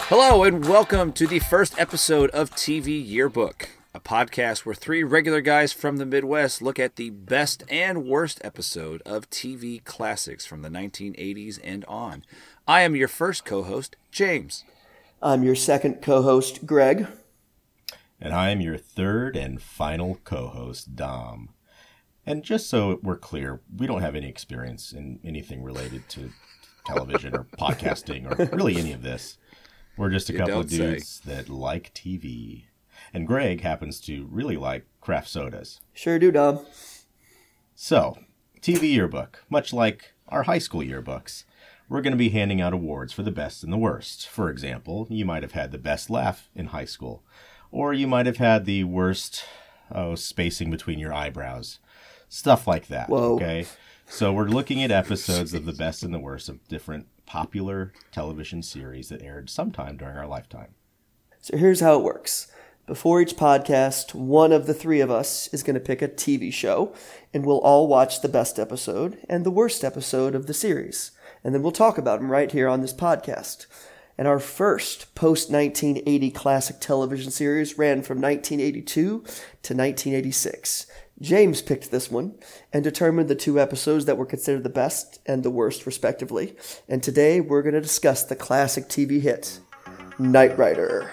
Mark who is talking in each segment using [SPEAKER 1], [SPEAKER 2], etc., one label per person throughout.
[SPEAKER 1] Hello, and welcome to the first episode of TV Yearbook, a podcast where three regular guys from the Midwest look at the best and worst episode of TV classics from the 1980s and on. I am your first co host, James.
[SPEAKER 2] I'm your second co host, Greg.
[SPEAKER 3] And I am your third and final co host, Dom. And just so we're clear, we don't have any experience in anything related to television or podcasting or really any of this. We're just a couple
[SPEAKER 1] don't
[SPEAKER 3] of dudes that like TV. And Greg happens to really like craft sodas.
[SPEAKER 2] Sure do, Dom.
[SPEAKER 3] So, TV yearbook, much like our high school yearbooks, we're going to be handing out awards for the best and the worst. For example, you might have had the best laugh in high school, or you might have had the worst oh, spacing between your eyebrows. Stuff like that.
[SPEAKER 2] Whoa.
[SPEAKER 3] Okay. So, we're looking at episodes of the best and the worst of different popular television series that aired sometime during our lifetime.
[SPEAKER 2] So here's how it works. Before each podcast, one of the three of us is going to pick a TV show, and we'll all watch the best episode and the worst episode of the series. And then we'll talk about them right here on this podcast. And our first post 1980 classic television series ran from 1982 to 1986. James picked this one and determined the two episodes that were considered the best and the worst, respectively. And today we're going to discuss the classic TV hit, Knight Rider.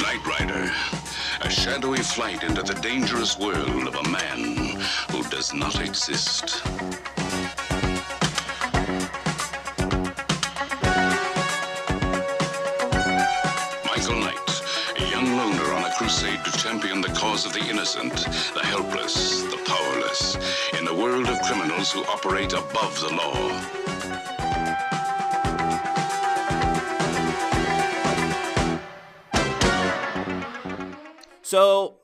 [SPEAKER 4] Knight Rider, a shadowy flight into the dangerous world of a man who does not exist. Michael Knight, a young loner on a crusade to champion the cause of the innocent, the helpless, the powerless, in a world of criminals who operate above the law.
[SPEAKER 1] So,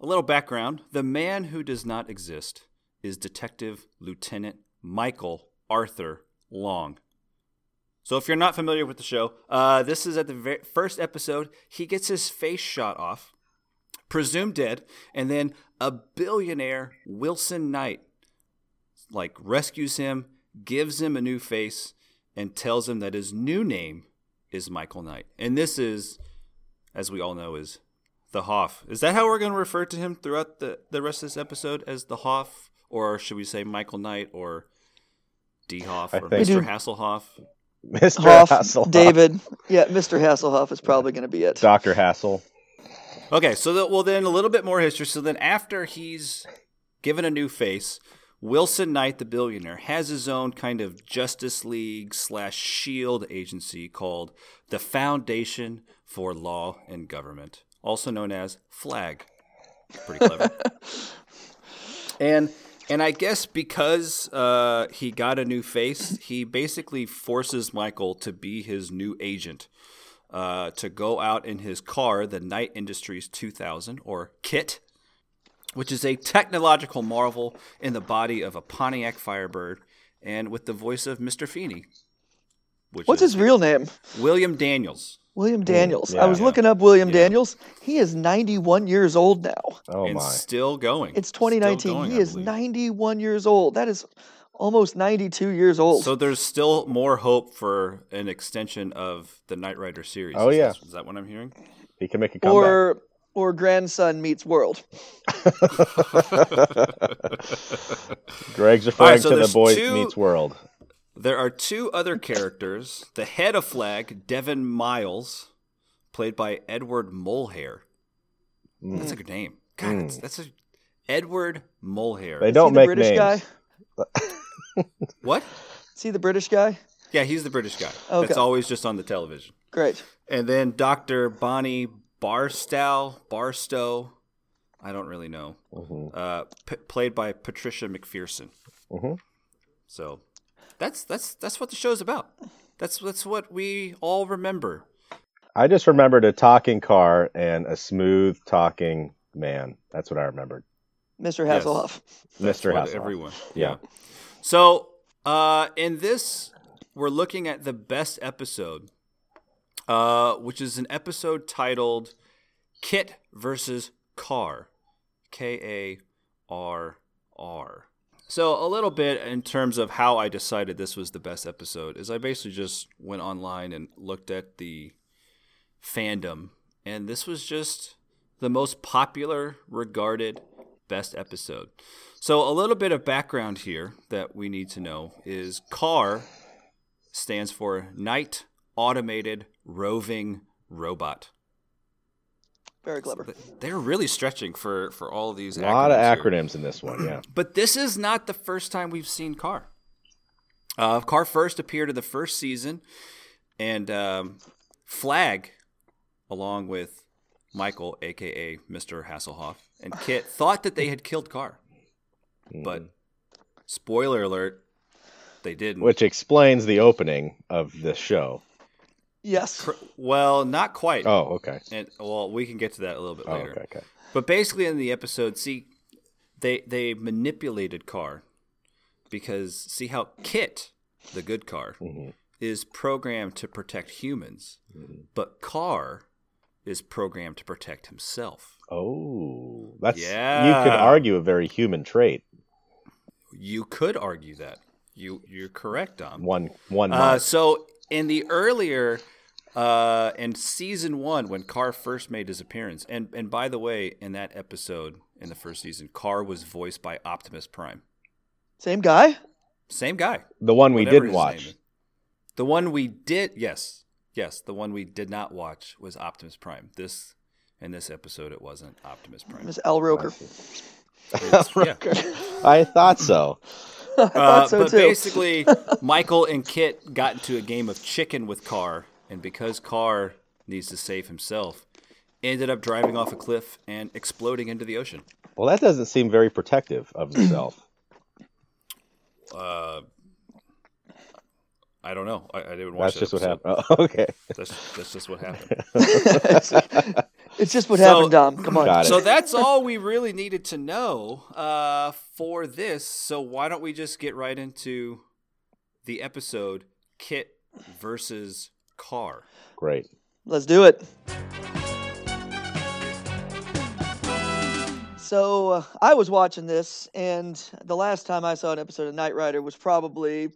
[SPEAKER 1] a little background the man who does not exist is Detective Lieutenant Michael Arthur Long. So, if you're not familiar with the show, uh, this is at the very first episode. He gets his face shot off, presumed dead, and then a billionaire, Wilson Knight, like rescues him, gives him a new face, and tells him that his new name is Michael Knight. And this is, as we all know, is the Hoff. Is that how we're going to refer to him throughout the, the rest of this episode as the Hoff? Or should we say Michael Knight or D Hoff
[SPEAKER 5] I
[SPEAKER 1] or
[SPEAKER 5] think-
[SPEAKER 1] Mr. Hasselhoff?
[SPEAKER 5] Mr.
[SPEAKER 2] Hoff,
[SPEAKER 5] Hasselhoff.
[SPEAKER 2] David. Yeah, Mr. Hasselhoff is probably going to be it.
[SPEAKER 5] Dr. Hassel.
[SPEAKER 1] Okay, so that, well, then a little bit more history. So then after he's given a new face, Wilson Knight, the billionaire, has his own kind of Justice League slash Shield E agency called the Foundation for Law and Government, also known as FLAG. Pretty clever. and and I guess because uh, he got a new face, he basically forces Michael to be his new agent uh, to go out in his car, the Knight Industries 2000 or KIT, which is a technological marvel in the body of a Pontiac Firebird, and with the voice of Mr. Feeney. Which
[SPEAKER 6] What's
[SPEAKER 1] is
[SPEAKER 6] his real name?
[SPEAKER 1] William Daniels.
[SPEAKER 6] William Daniels. I
[SPEAKER 5] yeah,
[SPEAKER 6] was
[SPEAKER 5] yeah.
[SPEAKER 6] looking up William Daniels. He is 91 years old now.
[SPEAKER 5] Oh
[SPEAKER 1] and
[SPEAKER 5] my.
[SPEAKER 1] still going.
[SPEAKER 6] It's
[SPEAKER 1] Still
[SPEAKER 6] 2019.
[SPEAKER 1] going,
[SPEAKER 6] he
[SPEAKER 1] I
[SPEAKER 6] is
[SPEAKER 1] believe.
[SPEAKER 6] 91 years old. That is almost 92 years old.
[SPEAKER 1] So there's still more hope for an extension of the Knight Rider series.
[SPEAKER 5] Oh,
[SPEAKER 1] Is
[SPEAKER 5] yeah.
[SPEAKER 1] that- is that what I'm hearing?
[SPEAKER 5] He can make a comeback.
[SPEAKER 6] or or grandson meets world.
[SPEAKER 5] Greg's
[SPEAKER 1] All
[SPEAKER 5] referring
[SPEAKER 1] right, so
[SPEAKER 5] to the
[SPEAKER 1] there's
[SPEAKER 5] boy
[SPEAKER 1] two-
[SPEAKER 5] meets world.
[SPEAKER 1] There are two other characters. The head of Flag, Devin Miles, played by Edward Molehair.
[SPEAKER 5] Hmm.
[SPEAKER 1] That's a good name. God, it's- that's a Edward Molehair.
[SPEAKER 5] They
[SPEAKER 6] Is he
[SPEAKER 5] don't
[SPEAKER 6] the
[SPEAKER 5] make
[SPEAKER 6] British
[SPEAKER 5] names.
[SPEAKER 6] guy.
[SPEAKER 1] What?
[SPEAKER 6] See the British guy.
[SPEAKER 1] Yeah, he's the British guy.
[SPEAKER 6] Okay.
[SPEAKER 1] That's always just on the television.
[SPEAKER 6] Great.
[SPEAKER 1] And then Dr. Bonnie Barstow, Barstow, I don't really know,
[SPEAKER 3] Mm-hmm.
[SPEAKER 1] uh, p- played by Patricia McPherson.
[SPEAKER 3] Mm-hmm.
[SPEAKER 5] Mhm.
[SPEAKER 1] So that's that's that's what the show's about. That's that's what we all remember.
[SPEAKER 5] I just remembered a talking car and a smooth talking man. That's what I remembered.
[SPEAKER 6] Mr.
[SPEAKER 1] Yes.
[SPEAKER 6] Hasselhoff.
[SPEAKER 5] Mr.
[SPEAKER 1] what
[SPEAKER 5] Hasselhoff.
[SPEAKER 1] Everyone.
[SPEAKER 5] Yeah.
[SPEAKER 1] So, uh, in this, we're looking at the best episode, uh, which is an episode titled Kit versus Car. K A R R. So a little bit in terms of how I decided this was the best episode is I basically just went online and looked at the fandom, and this was just the most popular regarded best episode. So a little bit of background here that we need to know is CAR stands for Night Automated Roving Robot.
[SPEAKER 2] Very clever.
[SPEAKER 1] They're really stretching for for all of these.
[SPEAKER 3] A lot of
[SPEAKER 1] acronyms here.
[SPEAKER 3] acronyms in this one, yeah.
[SPEAKER 1] But this is not the first time we've seen Carr. Uh, Carr first appeared in the first season, and um, Flag, along with Michael, aka Mr. Hasselhoff, and Kit, thought that they had killed Carr.
[SPEAKER 3] Hmm.
[SPEAKER 1] But spoiler alert, they didn't.
[SPEAKER 3] Which explains the opening of this show.
[SPEAKER 2] Yes.
[SPEAKER 1] well, not quite.
[SPEAKER 3] Oh, okay.
[SPEAKER 1] And well, we can get to that a little bit
[SPEAKER 3] Oh,
[SPEAKER 1] later.
[SPEAKER 3] okay, okay.
[SPEAKER 1] But basically, in the episode, see, they they manipulated Carr because see how Kit, the good Carr, is programmed to protect humans, but Carr is programmed to protect himself.
[SPEAKER 3] Oh, that's you could
[SPEAKER 1] Yeah.
[SPEAKER 3] argue a very human trait.
[SPEAKER 1] You could argue that you you're correct, Dom.
[SPEAKER 3] One one
[SPEAKER 1] Uh,
[SPEAKER 3] month.
[SPEAKER 1] so in the earlier uh, in season one, when Carr first made his appearance, and and by the way, in that episode in the first season, Carr was voiced by Optimus Prime,
[SPEAKER 2] Same guy?
[SPEAKER 1] same guy.
[SPEAKER 3] the one we
[SPEAKER 1] whatever
[SPEAKER 3] didn't
[SPEAKER 1] his name
[SPEAKER 3] watch.
[SPEAKER 1] is. The one we did, yes, yes, the one we did not watch was Optimus Prime. This in this episode, it wasn't Optimus Prime.
[SPEAKER 2] Miss Al Roker.
[SPEAKER 1] It's- yeah.
[SPEAKER 3] I thought so.
[SPEAKER 2] I thought
[SPEAKER 1] Uh,
[SPEAKER 2] so
[SPEAKER 1] but
[SPEAKER 2] too.
[SPEAKER 1] basically, Michael and Kit got into a game of chicken with Carr, and because Carr needs to save himself, ended up driving off a cliff and exploding into the ocean.
[SPEAKER 3] Well, that doesn't seem very protective of himself.
[SPEAKER 1] I don't know. I, I didn't watch.
[SPEAKER 3] that's
[SPEAKER 1] that
[SPEAKER 3] just what
[SPEAKER 1] episode.
[SPEAKER 3] happened. Oh, okay.
[SPEAKER 1] That's, that's just what happened.
[SPEAKER 2] it's just what
[SPEAKER 1] So-
[SPEAKER 2] happened, Dom. Come on.
[SPEAKER 3] Got it.
[SPEAKER 1] So that's all we really needed to know uh, for this. So why don't we just get right into the episode Kit versus Carr?
[SPEAKER 3] Great.
[SPEAKER 2] Let's do it. So uh, I was watching this, and the last time I saw an episode of Knight Rider was probably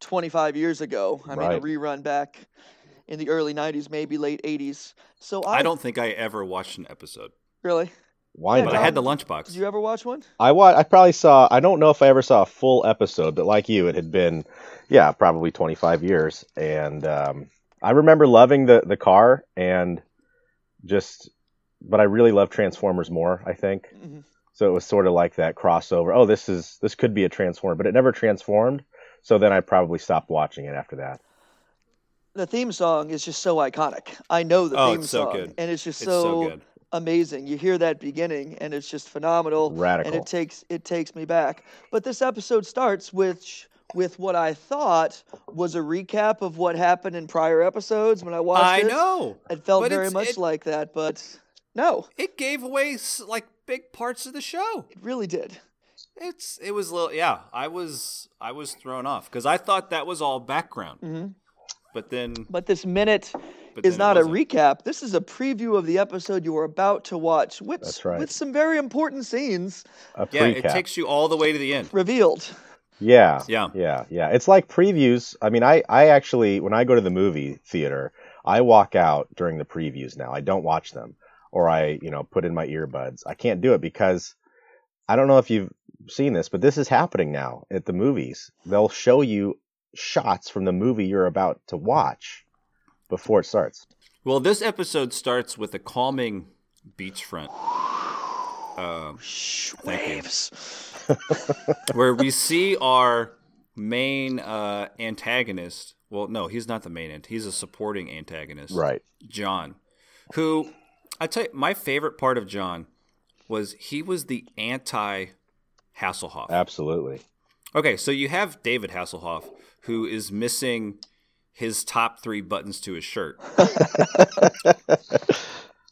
[SPEAKER 2] 25 years ago. I mean, a
[SPEAKER 3] Right.
[SPEAKER 2] rerun back in the early 90s, maybe late 80s. So I,
[SPEAKER 1] I don't think I ever watched an episode,
[SPEAKER 2] really.
[SPEAKER 3] Why
[SPEAKER 2] Yeah,
[SPEAKER 3] not?
[SPEAKER 1] but I had the
[SPEAKER 2] Did
[SPEAKER 1] lunchbox.
[SPEAKER 2] you ever watch one?
[SPEAKER 3] I wa- I probably saw. I don't know if I ever saw a full episode, but like you, it had been, yeah, probably 25 years. And um, I remember loving the the car and just, but I really love Transformers more. I think
[SPEAKER 2] Mhm.
[SPEAKER 3] so. It was sort of like that crossover. Oh, this is this could be a Transformer, but it never transformed. So then I probably stopped watching it after that.
[SPEAKER 2] The theme song is just so iconic. I know the
[SPEAKER 1] Oh,
[SPEAKER 2] theme
[SPEAKER 1] it's so
[SPEAKER 2] song,
[SPEAKER 1] good.
[SPEAKER 2] and it's just
[SPEAKER 1] It's so good.
[SPEAKER 2] amazing. You hear that beginning, and it's just phenomenal.
[SPEAKER 3] Radical.
[SPEAKER 2] And it takes it takes me back. But this episode starts with with what I thought was a recap of what happened in prior episodes when I watched
[SPEAKER 1] I
[SPEAKER 2] it.
[SPEAKER 1] know.
[SPEAKER 2] It felt
[SPEAKER 1] But
[SPEAKER 2] very
[SPEAKER 1] it's-
[SPEAKER 2] much
[SPEAKER 1] it-
[SPEAKER 2] like that, but no,
[SPEAKER 1] It gave away s- like big parts of the show.
[SPEAKER 2] it really did.
[SPEAKER 1] It's it was a little yeah. I was I was thrown off because I thought that was all background,
[SPEAKER 2] Mhm.
[SPEAKER 1] but then
[SPEAKER 2] But this minute
[SPEAKER 1] but
[SPEAKER 2] is
[SPEAKER 1] then it
[SPEAKER 2] not a
[SPEAKER 1] wasn't.
[SPEAKER 2] recap. This is a preview of the episode you are about to watch with
[SPEAKER 3] That's right.
[SPEAKER 2] with some very important scenes
[SPEAKER 3] A
[SPEAKER 1] Yeah,
[SPEAKER 3] recap.
[SPEAKER 1] it takes you all the way to the end.
[SPEAKER 2] revealed.
[SPEAKER 3] Yeah.
[SPEAKER 1] Yeah.
[SPEAKER 3] Yeah. Yeah. It's like previews. I mean, I, I actually, when I go to the movie theater, I walk out during the previews now. I don't watch them or I, you know, put in my earbuds. I can't do it because I don't know if you've seen this, but this is happening now at the movies. They'll show you shots from the movie you're about to watch before it starts.
[SPEAKER 1] Well, this episode starts with a calming beachfront. Um, thank you. Where we see our main uh, antagonist. Well, no, he's not the main ant. He's a supporting antagonist.
[SPEAKER 3] Right.
[SPEAKER 1] John, who I tell you, my favorite part of John was he was the anti Hasselhoff.
[SPEAKER 3] Absolutely.
[SPEAKER 1] Okay, so you have David Hasselhoff, who is missing his top three buttons to his shirt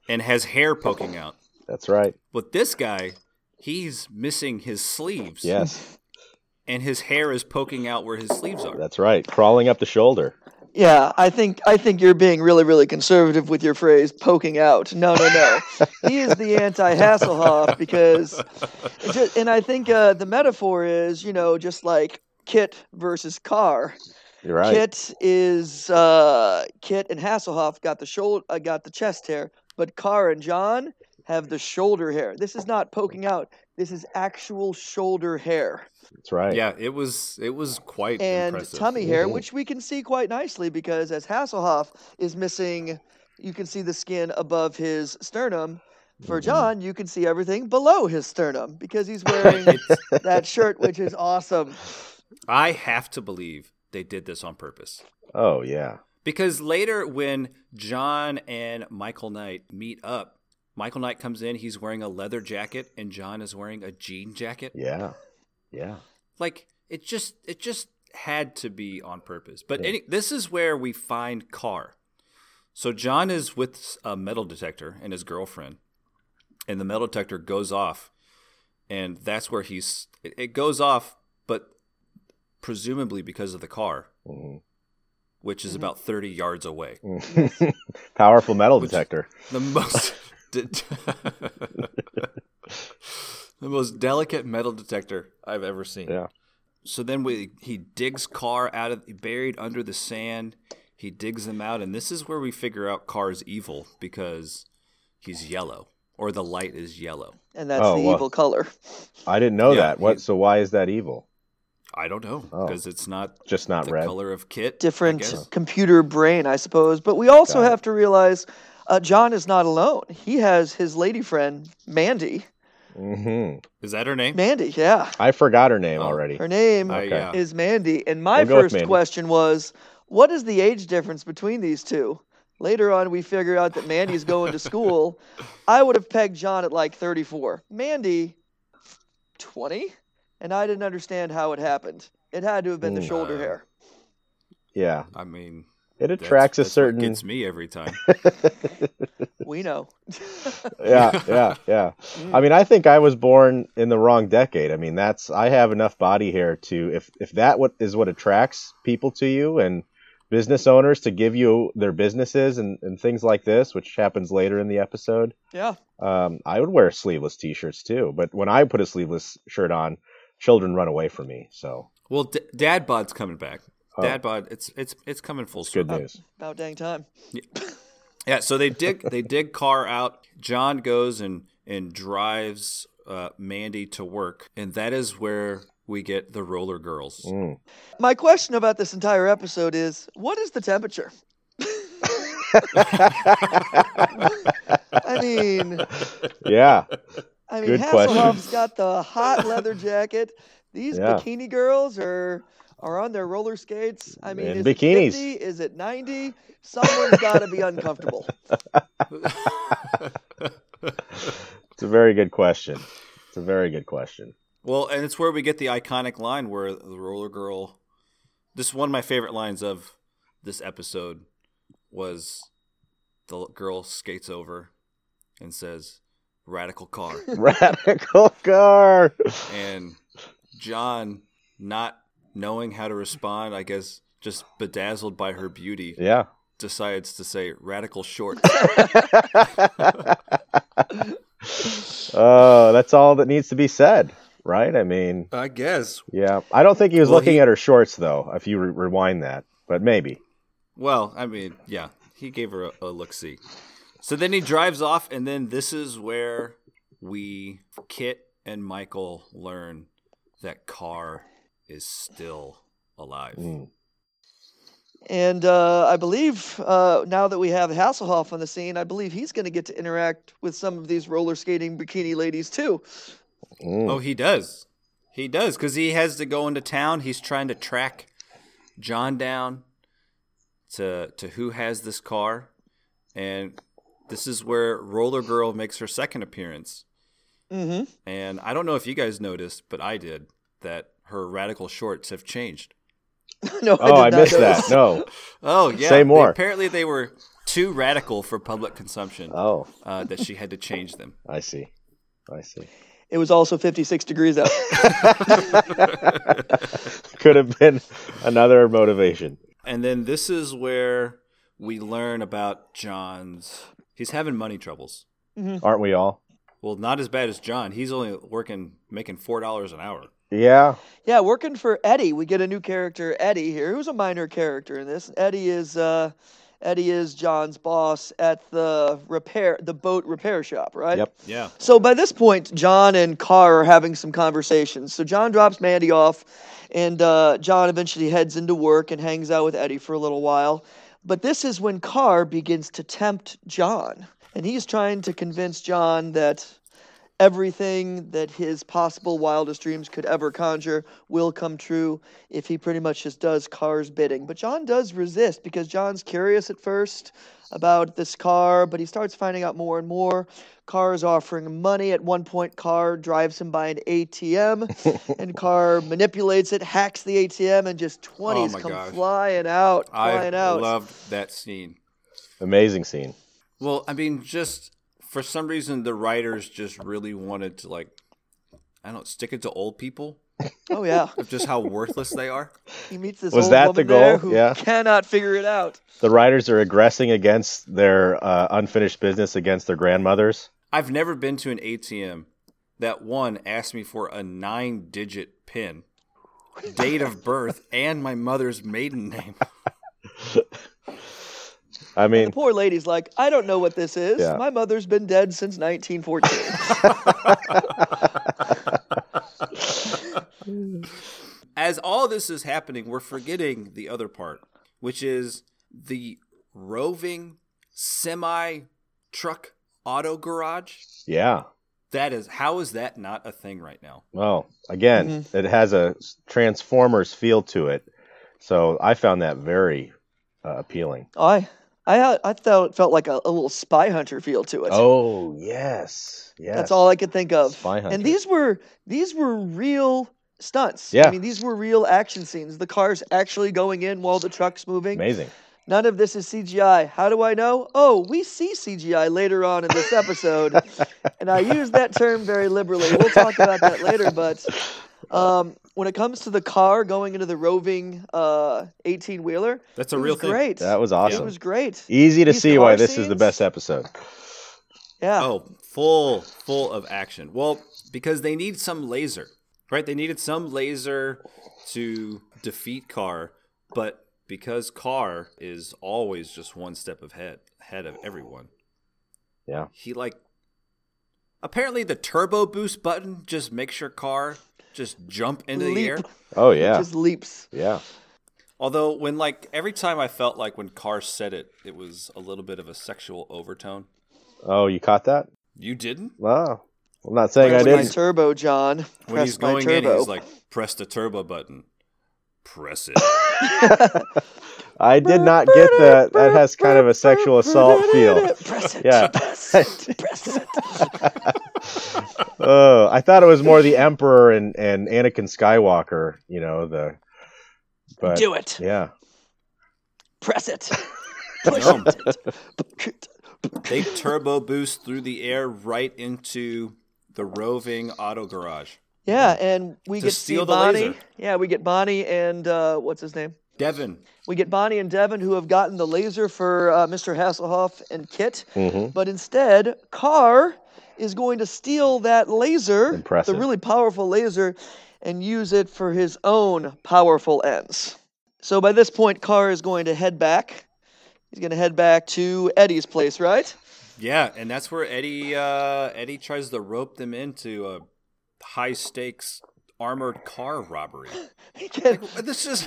[SPEAKER 1] and has hair poking out.
[SPEAKER 3] That's right.
[SPEAKER 1] But this guy, he's missing his sleeves.
[SPEAKER 3] Yes.
[SPEAKER 1] And his hair is poking out where his sleeves are.
[SPEAKER 3] That's right. Crawling up the shoulder.
[SPEAKER 2] Yeah, I think I think you're being really, really conservative with your phrase "poking out." No, no, no. he is the anti-Hasselhoff because, just, and I think uh, the metaphor is, you know, just like Kit versus Carr.
[SPEAKER 3] You're right.
[SPEAKER 2] Kit is uh, Kit and Hasselhoff got the shoulder, uh, got the chest hair, but Carr and John have the shoulder hair. This is not poking out. This is actual shoulder hair
[SPEAKER 3] That's right.
[SPEAKER 1] Yeah, it was it was quite
[SPEAKER 2] and
[SPEAKER 1] impressive.
[SPEAKER 2] tummy hair,
[SPEAKER 3] Mhm.
[SPEAKER 2] which we can see quite nicely because as Hasselhoff is missing, you can see the skin above his sternum. For
[SPEAKER 3] Mhm.
[SPEAKER 2] John, you can see everything below his sternum because he's wearing that shirt, which is awesome.
[SPEAKER 1] I have to believe they did this on purpose.
[SPEAKER 3] Oh yeah.
[SPEAKER 1] Because later, when John and Michael Knight meet up, Michael Knight comes in. He's wearing a leather jacket, and John is wearing a jean jacket.
[SPEAKER 3] Yeah. Yeah.
[SPEAKER 1] Like it just, it just had to be on purpose. But any, this is where we find Carr. So John is with a metal detector and his girlfriend, and the metal detector goes off, and that's where he's. It, it goes off, but presumably because of the car,
[SPEAKER 3] Mhm.
[SPEAKER 1] which is about thirty yards away.
[SPEAKER 3] Powerful metal
[SPEAKER 1] Which-
[SPEAKER 3] detector.
[SPEAKER 1] the most de- the most delicate metal detector I've ever seen.
[SPEAKER 3] Yeah.
[SPEAKER 1] So then we he digs Carr out of buried under the sand. He digs them out, and this is where we figure out Carr's evil because he's yellow, or the light is yellow.
[SPEAKER 2] And that's
[SPEAKER 3] Oh,
[SPEAKER 2] the
[SPEAKER 3] wow.
[SPEAKER 2] evil color.
[SPEAKER 3] I didn't know
[SPEAKER 1] Yeah,
[SPEAKER 3] that. What?
[SPEAKER 1] he-
[SPEAKER 3] so why is that evil?
[SPEAKER 1] I don't know
[SPEAKER 3] Oh.
[SPEAKER 1] because it's not
[SPEAKER 3] Just not
[SPEAKER 1] the
[SPEAKER 3] red.
[SPEAKER 1] color of Kit. I
[SPEAKER 2] Different
[SPEAKER 1] guess.
[SPEAKER 2] computer brain, I suppose. But we also
[SPEAKER 3] Got it.
[SPEAKER 2] have to realize uh, John is not alone. He has his lady friend, Mandy.
[SPEAKER 3] hmm
[SPEAKER 1] Is that her name?
[SPEAKER 2] Mandy, yeah.
[SPEAKER 3] I forgot her name
[SPEAKER 1] Oh.
[SPEAKER 3] already.
[SPEAKER 2] Her name
[SPEAKER 1] I,
[SPEAKER 3] Okay.
[SPEAKER 1] uh,
[SPEAKER 2] is Mandy. And my
[SPEAKER 3] We'll go with
[SPEAKER 2] first
[SPEAKER 3] Mandy.
[SPEAKER 2] question was, what is the age difference between these two? Later on, we figure out that Mandy's going to school. I would have pegged John at like 34. Mandy, 20? And I didn't understand how it happened. It had to have been the
[SPEAKER 3] Mm.
[SPEAKER 2] shoulder hair.
[SPEAKER 3] Yeah.
[SPEAKER 1] I mean,
[SPEAKER 3] It
[SPEAKER 1] that's-
[SPEAKER 3] attracts
[SPEAKER 1] that's what
[SPEAKER 3] a certain.
[SPEAKER 1] gets me every time.
[SPEAKER 2] We know.
[SPEAKER 3] yeah, yeah, yeah. I mean, I think I was born in the wrong decade. I mean, that's I have enough body hair to if if that what is what attracts people to you and business owners to give you their businesses and, and things like this, which happens later in the episode.
[SPEAKER 2] Yeah.
[SPEAKER 3] Um, I would wear sleeveless T-shirts too, but when I put a sleeveless shirt on, children run away from me. So
[SPEAKER 1] Well, D- Dad Bod's coming back.
[SPEAKER 3] Oh.
[SPEAKER 1] Dad Bod, it's it's it's coming full
[SPEAKER 3] good
[SPEAKER 1] circle.
[SPEAKER 3] news.
[SPEAKER 2] About dang time.
[SPEAKER 1] Yeah, so they dig they dig Carr out. John goes and and drives uh, Mandy to work, and that is where we get the roller girls.
[SPEAKER 3] Mm.
[SPEAKER 2] My question about this entire episode is what is the temperature? I mean,
[SPEAKER 3] Mm. yeah,
[SPEAKER 2] I mean,
[SPEAKER 3] Good question.
[SPEAKER 2] Hasselhoff's got the hot leather jacket. These
[SPEAKER 3] Yeah.
[SPEAKER 2] bikini girls are are on their roller skates. I mean,
[SPEAKER 3] In
[SPEAKER 2] is
[SPEAKER 3] bikinis.
[SPEAKER 2] it 50? Is it 90? Someone's got to be uncomfortable.
[SPEAKER 3] it's a very good question. It's a very good question.
[SPEAKER 1] Well, and it's where we get the iconic line where the roller girl. This is one of my favorite lines of this episode was the girl skates over and says, "Radical car."
[SPEAKER 3] Radical car.
[SPEAKER 1] and John not knowing how to respond, I guess just bedazzled by her beauty,
[SPEAKER 3] Yeah.
[SPEAKER 1] decides to say radical short.
[SPEAKER 3] oh, that's all that needs to be said, right? I mean,
[SPEAKER 1] I guess.
[SPEAKER 3] yeah. I don't think he was
[SPEAKER 1] Well,
[SPEAKER 3] looking
[SPEAKER 1] he-
[SPEAKER 3] at her shorts though. If you re- rewind that, but maybe.
[SPEAKER 1] Well, I mean, yeah, he gave her a, a look see. So then he drives off, and then this is where we, Kit and Michael, learn that Carr is still alive.
[SPEAKER 3] Mm.
[SPEAKER 2] And uh, I believe uh, now that we have Hasselhoff on the scene, I believe he's going to get to interact with some of these roller skating bikini ladies too.
[SPEAKER 3] Mm.
[SPEAKER 1] Oh, he does. He does because he has to go into town. He's trying to track John down to to who has this car, and this is where Roller Girl makes her second appearance.
[SPEAKER 2] hmm
[SPEAKER 1] And I don't know if you guys noticed, but I did that her radical shorts have changed.
[SPEAKER 2] no,
[SPEAKER 3] Oh,
[SPEAKER 2] I,
[SPEAKER 3] I
[SPEAKER 2] did not
[SPEAKER 3] missed
[SPEAKER 2] notice.
[SPEAKER 3] that. No.
[SPEAKER 1] Oh yeah,
[SPEAKER 3] Say
[SPEAKER 1] they-
[SPEAKER 3] more.
[SPEAKER 1] apparently they were too radical for public consumption.
[SPEAKER 3] Oh,
[SPEAKER 1] Uh, that she had to change them.
[SPEAKER 3] I see. I see.
[SPEAKER 2] It was also 56 degrees out.
[SPEAKER 3] Could have been another motivation.
[SPEAKER 1] And then this is where we learn about John's. He's having money troubles.
[SPEAKER 3] Aren't we all?
[SPEAKER 1] Well, not as bad as John. He's only working, making four dollars an hour.
[SPEAKER 3] Yeah.
[SPEAKER 2] Yeah, working for Eddie. We get a new character, Eddie here, who's a minor character in this. Eddie is uh, Eddie is John's boss at the repair the boat repair shop, right?
[SPEAKER 3] Yep.
[SPEAKER 1] Yeah,
[SPEAKER 2] So by this point, John and Carr are having some conversations. So John drops Mandy off, and uh, John eventually heads into work and hangs out with Eddie for a little while. But this is when Carr begins to tempt John, and he's trying to convince John that everything that his possible wildest dreams could ever conjure will come true if he pretty much just does Carr's bidding. But John does resist because John's curious at first about this car, but he starts finding out more and more. Carr is offering him money. At one point, Carr drives him by an ATM, and Carr manipulates it, hacks the ATM, and just 20s
[SPEAKER 1] my
[SPEAKER 2] come
[SPEAKER 1] gosh.
[SPEAKER 2] flying out,
[SPEAKER 1] I
[SPEAKER 2] flying out.
[SPEAKER 1] loved that scene.
[SPEAKER 3] Amazing scene.
[SPEAKER 1] Well, I mean, just for some reason, the writers just really wanted to like, I don't stick it to old people
[SPEAKER 2] oh, yeah.
[SPEAKER 1] of just how worthless they are.
[SPEAKER 2] He meets this
[SPEAKER 3] Was
[SPEAKER 2] old
[SPEAKER 3] that
[SPEAKER 2] woman
[SPEAKER 3] the goal?
[SPEAKER 2] there who
[SPEAKER 3] Yeah.
[SPEAKER 2] cannot figure it out.
[SPEAKER 3] The writers are aggressing against their uh, unfinished business against their grandmothers.
[SPEAKER 1] I've never been to an ATM that one asked me for a nine-digit PIN, date of birth, and my mother's maiden name.
[SPEAKER 3] I mean,
[SPEAKER 2] The poor lady's like, I don't know what this is.
[SPEAKER 3] Yeah.
[SPEAKER 2] My mother's been dead since 1914.
[SPEAKER 1] as all this is happening, we're forgetting the other part, which is the roving semi truck auto garage.
[SPEAKER 3] yeah.
[SPEAKER 1] That is how is that not a thing right now?
[SPEAKER 3] Well, again,
[SPEAKER 2] Mm-hmm.
[SPEAKER 3] it has a s- Transformers feel to it. So I found that very uh, appealing.
[SPEAKER 2] I, I, I felt felt like a, a little spy hunter feel to it.
[SPEAKER 3] Oh, yes. Yes.
[SPEAKER 2] That's all I could think of.
[SPEAKER 3] Spy Hunter.
[SPEAKER 2] And these were these were real stunts.
[SPEAKER 3] Yeah.
[SPEAKER 2] I mean, these were real action scenes. The car's actually going in while the truck's moving.
[SPEAKER 3] Amazing.
[SPEAKER 2] None of this is CGI. How do I know? Oh, we see CGI later on in this episode. and I use that term very liberally. We'll talk about that later. But um, when it comes to the car going into the roving uh, 18 wheeler,
[SPEAKER 1] That's a real thing.
[SPEAKER 2] great.
[SPEAKER 3] That was
[SPEAKER 2] It
[SPEAKER 3] awesome.
[SPEAKER 2] was great.
[SPEAKER 3] Easy to
[SPEAKER 2] These
[SPEAKER 3] see
[SPEAKER 2] car
[SPEAKER 3] why this is the
[SPEAKER 2] scenes?
[SPEAKER 3] best episode.
[SPEAKER 2] Yeah.
[SPEAKER 1] Oh, full full of action. Well, because they need some laser, right? They needed some laser to defeat Carr, but because Carr is always just one step ahead ahead of everyone.
[SPEAKER 3] Yeah.
[SPEAKER 1] He like apparently the turbo boost button just makes your car just jump into the
[SPEAKER 2] Leap.
[SPEAKER 1] air.
[SPEAKER 3] Oh, yeah.
[SPEAKER 2] Just leaps.
[SPEAKER 3] Yeah.
[SPEAKER 1] Although when like every time I felt like when Carr said it, it was a little bit of a sexual overtone.
[SPEAKER 3] Oh, you caught that?
[SPEAKER 1] You didn't?
[SPEAKER 3] Wow. I'm not saying I
[SPEAKER 2] Press my
[SPEAKER 3] didn't.
[SPEAKER 2] turbo, John.
[SPEAKER 1] when
[SPEAKER 2] Press
[SPEAKER 1] he's
[SPEAKER 2] my
[SPEAKER 1] going in,
[SPEAKER 2] turbo.
[SPEAKER 1] he's like, press the turbo button. Press it.
[SPEAKER 3] I did not get that. That has kind of a sexual assault feel.
[SPEAKER 2] press it.
[SPEAKER 3] Yeah.
[SPEAKER 2] Press it. Press it.
[SPEAKER 3] Oh, I thought it was more the Emperor and, and Anakin Skywalker, you know, the. But,
[SPEAKER 2] Do it.
[SPEAKER 3] Yeah.
[SPEAKER 2] Press it.
[SPEAKER 1] Boom.
[SPEAKER 2] Push it.
[SPEAKER 1] they turbo boost through the air right into the roving auto garage.
[SPEAKER 2] Yeah, and we
[SPEAKER 1] To
[SPEAKER 2] get to see
[SPEAKER 1] steal the
[SPEAKER 2] Bonnie.
[SPEAKER 1] laser.
[SPEAKER 2] Yeah, we get Bonnie and uh, what's his name?
[SPEAKER 1] Devin,
[SPEAKER 2] We get Bonnie and Devin who have gotten the laser for uh, Mr. Hasselhoff and Kit, but instead Carr is going to steal that laser,
[SPEAKER 3] Impressive.
[SPEAKER 2] the really powerful laser, and use it for his own powerful ends. So by this point, Carr is going to head back. He's going to head back to Eddie's place, right?
[SPEAKER 1] yeah, and that's where Eddie uh, Eddie tries to rope them into a high stakes armored car robbery.
[SPEAKER 2] He can't-
[SPEAKER 1] This is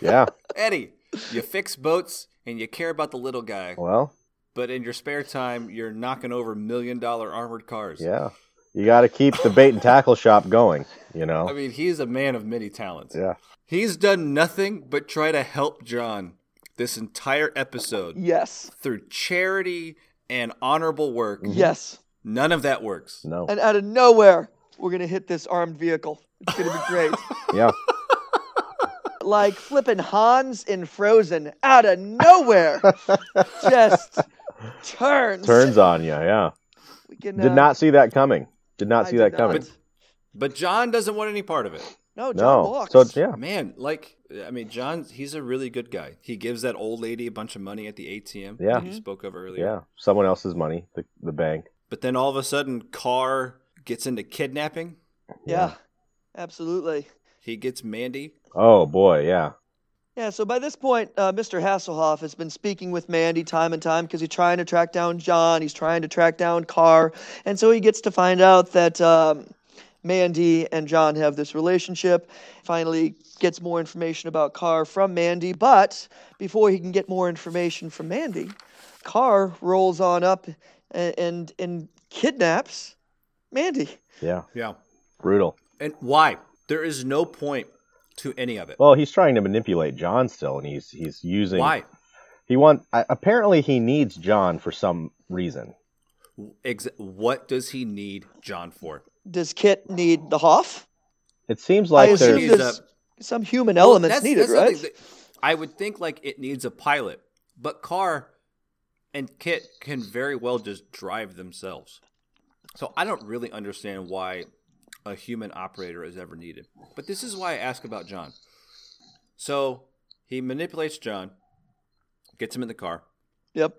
[SPEAKER 3] Yeah.
[SPEAKER 1] Eddie. You fix boats and you care about the little guy,
[SPEAKER 3] Well,
[SPEAKER 1] but in your spare time, you're knocking over million dollar armored cars.
[SPEAKER 3] yeah. You got to keep the bait and tackle shop going, you know?
[SPEAKER 1] I mean, he's a man of many talents.
[SPEAKER 3] Yeah.
[SPEAKER 1] He's done nothing but try to help John this entire episode
[SPEAKER 2] yes.
[SPEAKER 1] through charity and honorable work.
[SPEAKER 2] Yes.
[SPEAKER 1] None of that works.
[SPEAKER 3] No.
[SPEAKER 2] And out of nowhere, we're going to hit this armed vehicle. It's going to be great.
[SPEAKER 3] Yeah.
[SPEAKER 2] like flipping Hans in Frozen out of nowhere. just turns.
[SPEAKER 3] Turns on you. Yeah.
[SPEAKER 2] We can,
[SPEAKER 3] Did
[SPEAKER 2] uh,
[SPEAKER 3] not see that coming. Did not
[SPEAKER 2] I
[SPEAKER 3] see
[SPEAKER 2] did
[SPEAKER 3] that
[SPEAKER 2] not.
[SPEAKER 3] coming.
[SPEAKER 1] But John doesn't want any part of it.
[SPEAKER 2] No, John
[SPEAKER 3] No.
[SPEAKER 2] walks.
[SPEAKER 3] So yeah.
[SPEAKER 1] Man, like I mean, John, he's a really good guy. He gives that old lady a bunch of money at the ATM. that
[SPEAKER 3] Yeah.
[SPEAKER 1] you spoke of earlier.
[SPEAKER 3] Yeah, someone else's money, the, the bank.
[SPEAKER 1] But then all of a sudden, Carr gets into kidnapping.
[SPEAKER 2] Yeah, absolutely.
[SPEAKER 1] He gets Mandy.
[SPEAKER 3] Oh boy, yeah.
[SPEAKER 2] Yeah, so by this point, uh, Mr. Hasselhoff has been speaking with Mandy time and time because he's trying to track down John, he's trying to track down Carr, and so he gets to find out that um, Mandy and John have this relationship. Finally, gets more information about Carr from Mandy, but before he can get more information from Mandy, Carr rolls on up and and, and kidnaps Mandy.
[SPEAKER 3] Yeah.
[SPEAKER 1] Yeah.
[SPEAKER 3] Brutal.
[SPEAKER 1] And why? There is no point to any of it.
[SPEAKER 3] Well, he's trying to manipulate John still and he's he's using
[SPEAKER 1] why?
[SPEAKER 3] He want I, apparently he needs John for some reason.
[SPEAKER 1] Ex- what does he need John for?
[SPEAKER 2] Does Kit need the Hoff?
[SPEAKER 3] It seems like
[SPEAKER 2] I
[SPEAKER 3] there's
[SPEAKER 2] assume
[SPEAKER 1] He's a-
[SPEAKER 2] there's some human
[SPEAKER 1] Well,
[SPEAKER 2] elements
[SPEAKER 1] that's-
[SPEAKER 2] needed,
[SPEAKER 1] that's the
[SPEAKER 2] right?
[SPEAKER 1] thing that- I would think like it needs a pilot, but Carr and Kit can very well just drive themselves. So I don't really understand why a human operator is ever needed. But this is why I ask about John. So he manipulates John, gets him in the car.
[SPEAKER 2] Yep.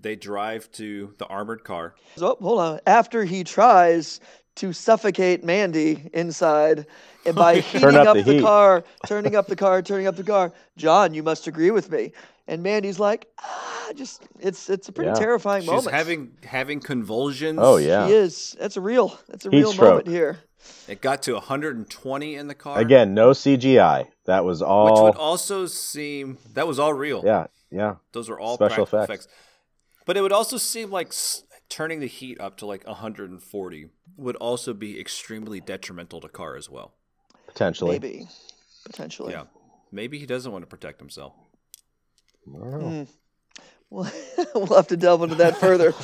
[SPEAKER 1] They drive to the armored car.
[SPEAKER 2] So Oh, hold on. After he tries to suffocate Mandy inside, and by heating
[SPEAKER 3] up
[SPEAKER 2] up
[SPEAKER 3] the
[SPEAKER 2] the,
[SPEAKER 3] heat.
[SPEAKER 2] car, turning up the car, turning up the car, John, you must agree with me. And Mandy's like, ah, just it's it's a pretty
[SPEAKER 3] Yeah.
[SPEAKER 2] terrifying
[SPEAKER 1] She's
[SPEAKER 2] moment.
[SPEAKER 1] having having convulsions.
[SPEAKER 3] Oh
[SPEAKER 2] She
[SPEAKER 3] yeah.
[SPEAKER 2] is. That's a real. That's a
[SPEAKER 3] Heat
[SPEAKER 2] real
[SPEAKER 3] stroke.
[SPEAKER 2] moment here.
[SPEAKER 1] It got to 120 in the car.
[SPEAKER 3] Again, no CGI. That was
[SPEAKER 1] which
[SPEAKER 3] all
[SPEAKER 1] would also seem that was all real.
[SPEAKER 3] Yeah, yeah.
[SPEAKER 1] Those are all
[SPEAKER 3] Special
[SPEAKER 1] practical
[SPEAKER 3] effects.
[SPEAKER 1] effects. But it would also seem like s- turning the heat up to like 140 would also be extremely detrimental to Carr as well.
[SPEAKER 3] Potentially.
[SPEAKER 2] Maybe, potentially.
[SPEAKER 1] Yeah. Maybe he doesn't want to protect himself.
[SPEAKER 3] I don't know.
[SPEAKER 2] We'll, Hmm. we'll have to delve into that further.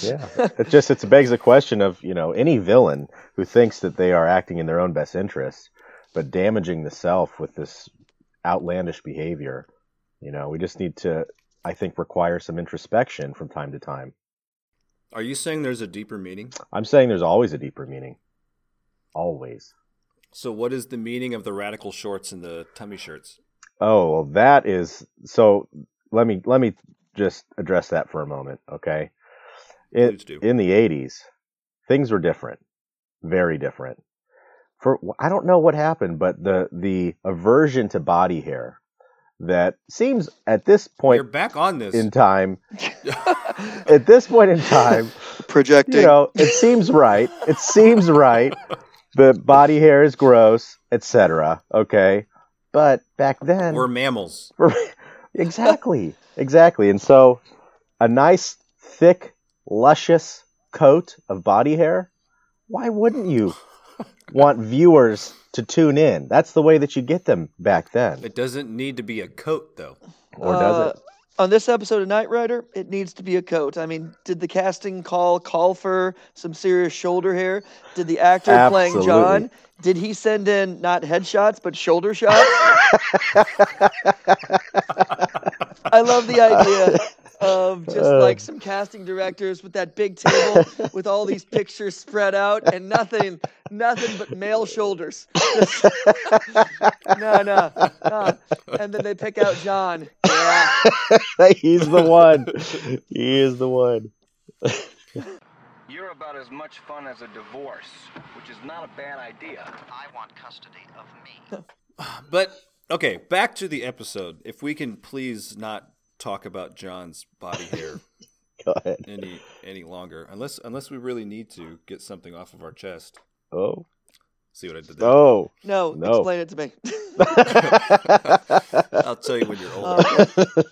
[SPEAKER 3] Yeah. It just it begs the question of, you know, any villain who thinks that they are acting in their own best interest, but damaging the self with this outlandish behavior. You know, we just need to I think require some introspection from time to time.
[SPEAKER 1] Are you saying there's a deeper meaning?
[SPEAKER 3] I'm saying there's always a deeper meaning. Always.
[SPEAKER 1] So what is the meaning of the radical shorts and the tummy shirts?
[SPEAKER 3] Oh, well, that is so. Let me let me just address that for a moment, okay? In,
[SPEAKER 1] Please do.
[SPEAKER 3] in the '80s, things were different, very different. For I don't know what happened, but the the aversion to body hair that seems at this
[SPEAKER 1] You're
[SPEAKER 3] point
[SPEAKER 1] back on this.
[SPEAKER 3] in time, at this point in time,
[SPEAKER 2] Projecting.
[SPEAKER 3] you know, it seems right. It seems right. The body hair is gross, etc. Okay, but back then
[SPEAKER 1] We're mammals.
[SPEAKER 3] exactly, exactly. And so, a nice, thick, luscious coat of body hair. Why wouldn't you want viewers to tune in? That's the way that you get them back then,
[SPEAKER 1] It doesn't need to be a coat though.
[SPEAKER 3] or does it?
[SPEAKER 2] on this episode of Knight Rider, it needs to be a coat. I mean, did the casting call call for some serious shoulder hair? Did the actor
[SPEAKER 3] Absolutely.
[SPEAKER 2] playing John, did he send in not headshots but shoulder shots? I love the idea of just like some casting directors with that big table with all these pictures spread out and nothing, nothing but male shoulders. Just- no, no, no. And then they pick out John. Yeah.
[SPEAKER 3] He's the one. he is the one.
[SPEAKER 7] You're about as much fun as a divorce, which is not a bad idea. I want custody of me.
[SPEAKER 1] But okay, back to the episode. If we can please not talk about John's body hair
[SPEAKER 3] Go ahead.
[SPEAKER 1] any any longer, unless unless we really need to get something off of our chest.
[SPEAKER 3] Oh,
[SPEAKER 1] See what I did there?
[SPEAKER 3] oh.
[SPEAKER 2] No,
[SPEAKER 3] No.
[SPEAKER 2] explain it to me.
[SPEAKER 1] I'll tell you when you're older.
[SPEAKER 2] Um,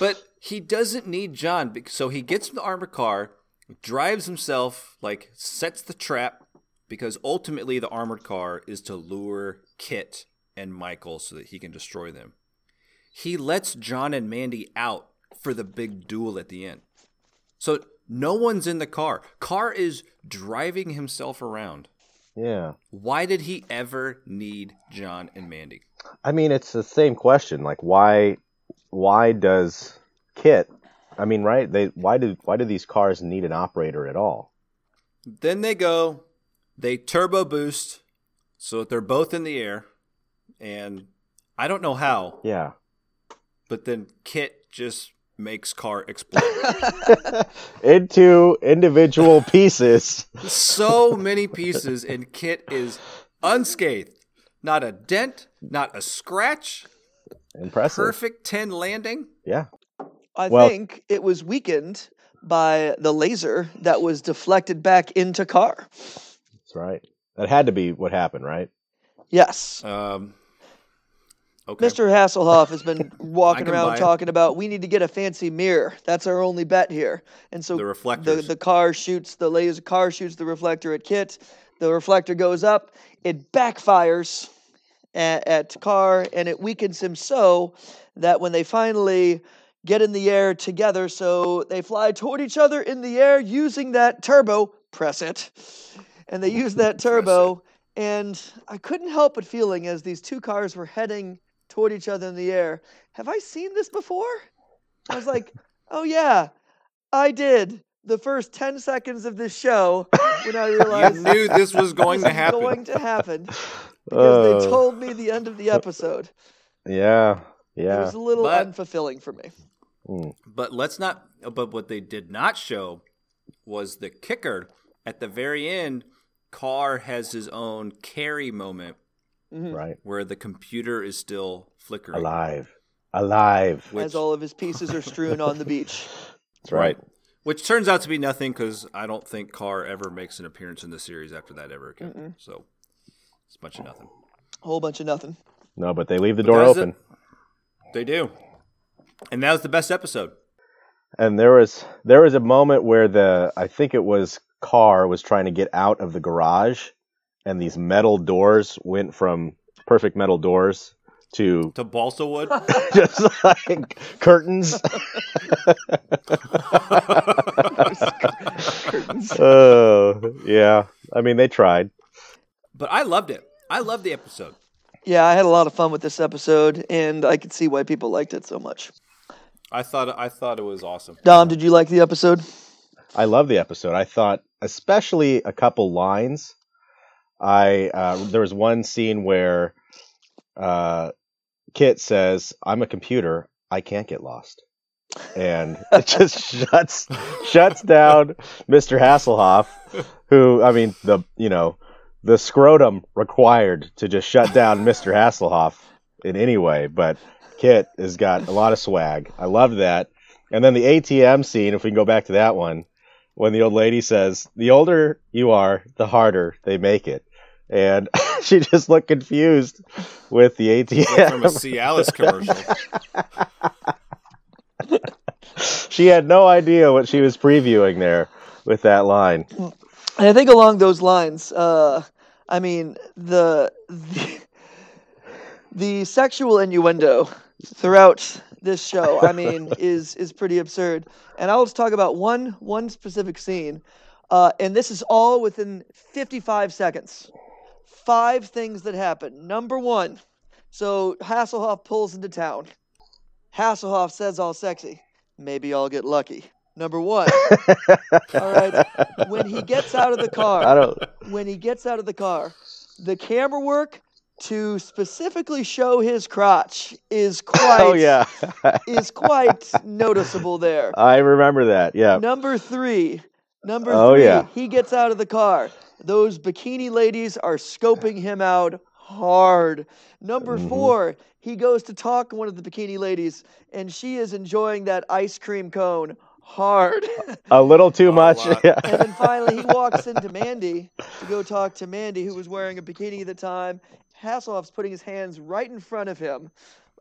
[SPEAKER 1] But he doesn't need John, bec- so he gets in the armored car, drives himself, like sets the trap, because ultimately the armored car is to lure Kit and Michael so that he can destroy them. He lets John and Mandy out for the big duel at the end. So no one's in the car. Carr is driving himself around.
[SPEAKER 3] Yeah.
[SPEAKER 1] Why did he ever need John and Mandy?
[SPEAKER 3] I mean, it's the same question. Like, why, why does Kit? I mean, right? They why do why do these cars need an operator at all?
[SPEAKER 1] Then they go, they turbo boost, so that they're both in the air, and I don't know how,
[SPEAKER 3] Yeah.
[SPEAKER 1] but then Kit just makes car explode.
[SPEAKER 3] Into individual pieces.
[SPEAKER 1] so many pieces, and Kit is unscathed. Not a dent, not a scratch.
[SPEAKER 3] Impressive.
[SPEAKER 1] Perfect 10 landing.
[SPEAKER 3] Yeah.
[SPEAKER 2] I
[SPEAKER 3] Well-
[SPEAKER 2] think it was weakened by the laser that was deflected back into Carr.
[SPEAKER 3] That's right. That had to be what happened, right?
[SPEAKER 2] Yes.
[SPEAKER 1] Um, okay.
[SPEAKER 2] Mr. Hasselhoff has been walking
[SPEAKER 1] can buy
[SPEAKER 2] around
[SPEAKER 1] it.
[SPEAKER 2] talking about we need to get a fancy mirror. That's our only bet here. And so
[SPEAKER 1] The
[SPEAKER 2] the,
[SPEAKER 1] reflectors.
[SPEAKER 2] the car shoots the laser car shoots the reflector at Kit. The reflector goes up, it backfires at, at Carr and it weakens him so that when they finally get in the air together, so they fly toward each other in the air using that turbo, press it. And they use that turbo and I couldn't help but feeling as these two cars were heading toward each other in the air, have I seen this before? I was like, oh yeah, I did. The first 10 seconds of this show when I realized
[SPEAKER 1] you knew this was going
[SPEAKER 2] this
[SPEAKER 1] to
[SPEAKER 2] is
[SPEAKER 1] happen.
[SPEAKER 2] going to happen because
[SPEAKER 3] Oh,
[SPEAKER 2] they told me the end of the episode.
[SPEAKER 3] Yeah.
[SPEAKER 2] It
[SPEAKER 3] Yeah.
[SPEAKER 2] was a little
[SPEAKER 1] But-
[SPEAKER 2] unfulfilling for me.
[SPEAKER 1] But let's not. But what they did not show was the kicker at the very end. Carr has his own carry moment
[SPEAKER 2] Mm-hmm.
[SPEAKER 3] Right.
[SPEAKER 1] where the computer is still flickering.
[SPEAKER 3] Alive. Alive.
[SPEAKER 1] Which,
[SPEAKER 2] As all of his pieces are strewn on the beach.
[SPEAKER 3] That's right.
[SPEAKER 1] which turns out to be nothing because I don't think Carr ever makes an appearance in the series after that ever again. So it's a bunch of nothing.
[SPEAKER 2] A whole bunch of nothing.
[SPEAKER 3] No, but they leave the door
[SPEAKER 1] That was
[SPEAKER 3] open.
[SPEAKER 1] it. They do. And that was the best episode.
[SPEAKER 3] and there was there was a moment where the I think it was car was trying to get out of the garage, and these metal doors went from perfect metal doors to
[SPEAKER 1] To Balsa Wood.
[SPEAKER 3] just like curtains. oh yeah, I mean they tried.
[SPEAKER 1] but I loved it. I loved the episode.
[SPEAKER 2] Yeah, I had a lot of fun with this episode, and I could see why people liked it so much.
[SPEAKER 1] I thought I thought it was awesome.
[SPEAKER 2] Dom, did you like the episode?
[SPEAKER 3] I love the episode. I thought, especially a couple lines. I uh, there was one scene where uh, Kit says, "I'm a computer. I can't get lost," and it just shuts shuts down Mr. Hasselhoff, who I mean the you know the scrotum required to just shut down Mr. Hasselhoff in any way, but Kit has got a lot of swag. I love that. And then the ATM scene, if we can go back to that one, when the old lady says, "The older you are, the harder they make it," and she just looked confused with the
[SPEAKER 1] From a
[SPEAKER 3] ATM.
[SPEAKER 1] Cialis commercial.
[SPEAKER 3] she had no idea what she was previewing there with that line.
[SPEAKER 2] And I think along those lines, uh, I mean the, the the sexual innuendo throughout this show, I mean, is is pretty absurd. And I'll just talk about one one specific scene, uh, and this is all within 55 seconds. Five things that happen. Number one, so Hasselhoff pulls into town. Hasselhoff says all sexy. Maybe I'll get lucky. Number one. all right. When he gets out of the car,
[SPEAKER 3] I don't.
[SPEAKER 2] when he gets out of the car, the camera work to specifically show his crotch is quite
[SPEAKER 3] Oh yeah,
[SPEAKER 2] is quite noticeable there.
[SPEAKER 3] I remember that. Yeah.
[SPEAKER 2] Number three, number
[SPEAKER 3] Uh, Oh,
[SPEAKER 2] three,
[SPEAKER 3] yeah.
[SPEAKER 2] he gets out of the car. Those bikini ladies are scoping him out hard. Number
[SPEAKER 3] Mm-hmm.
[SPEAKER 2] four, he goes to talk to one of the bikini ladies, and she is enjoying that ice cream cone hard.
[SPEAKER 3] A little too much.
[SPEAKER 1] lot.
[SPEAKER 3] Yeah.
[SPEAKER 2] And then finally, he walks into Mandy to go talk to Mandy, who was wearing a bikini at the time. Hasselhoff's putting his hands right in front of him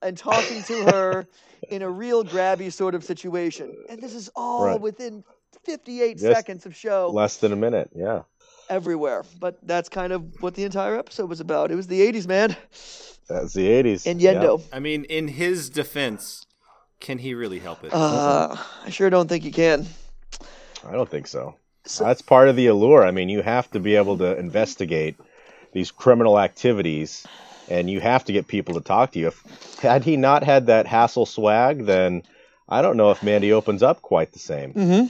[SPEAKER 2] and talking to her in a real grabby sort of situation. And this is all
[SPEAKER 3] Right.
[SPEAKER 2] within 58
[SPEAKER 3] Just
[SPEAKER 2] seconds of show
[SPEAKER 3] Less than a minute. Yeah.
[SPEAKER 2] everywhere. But that's kind of what the entire episode was about. It was the 80s, man.
[SPEAKER 3] That's the 80s.
[SPEAKER 2] And
[SPEAKER 3] Yeah.
[SPEAKER 2] Yendo.
[SPEAKER 1] I mean, in his defense, can he really help it?
[SPEAKER 2] Uh, I sure don't think you can.
[SPEAKER 3] I don't think so. That's part of the allure. I mean, you have to be able to investigate these criminal activities and you have to get people to talk to you. If, had he not had that hassle swag, then I don't know if Mandy opens up quite the same.
[SPEAKER 2] Mm-hmm.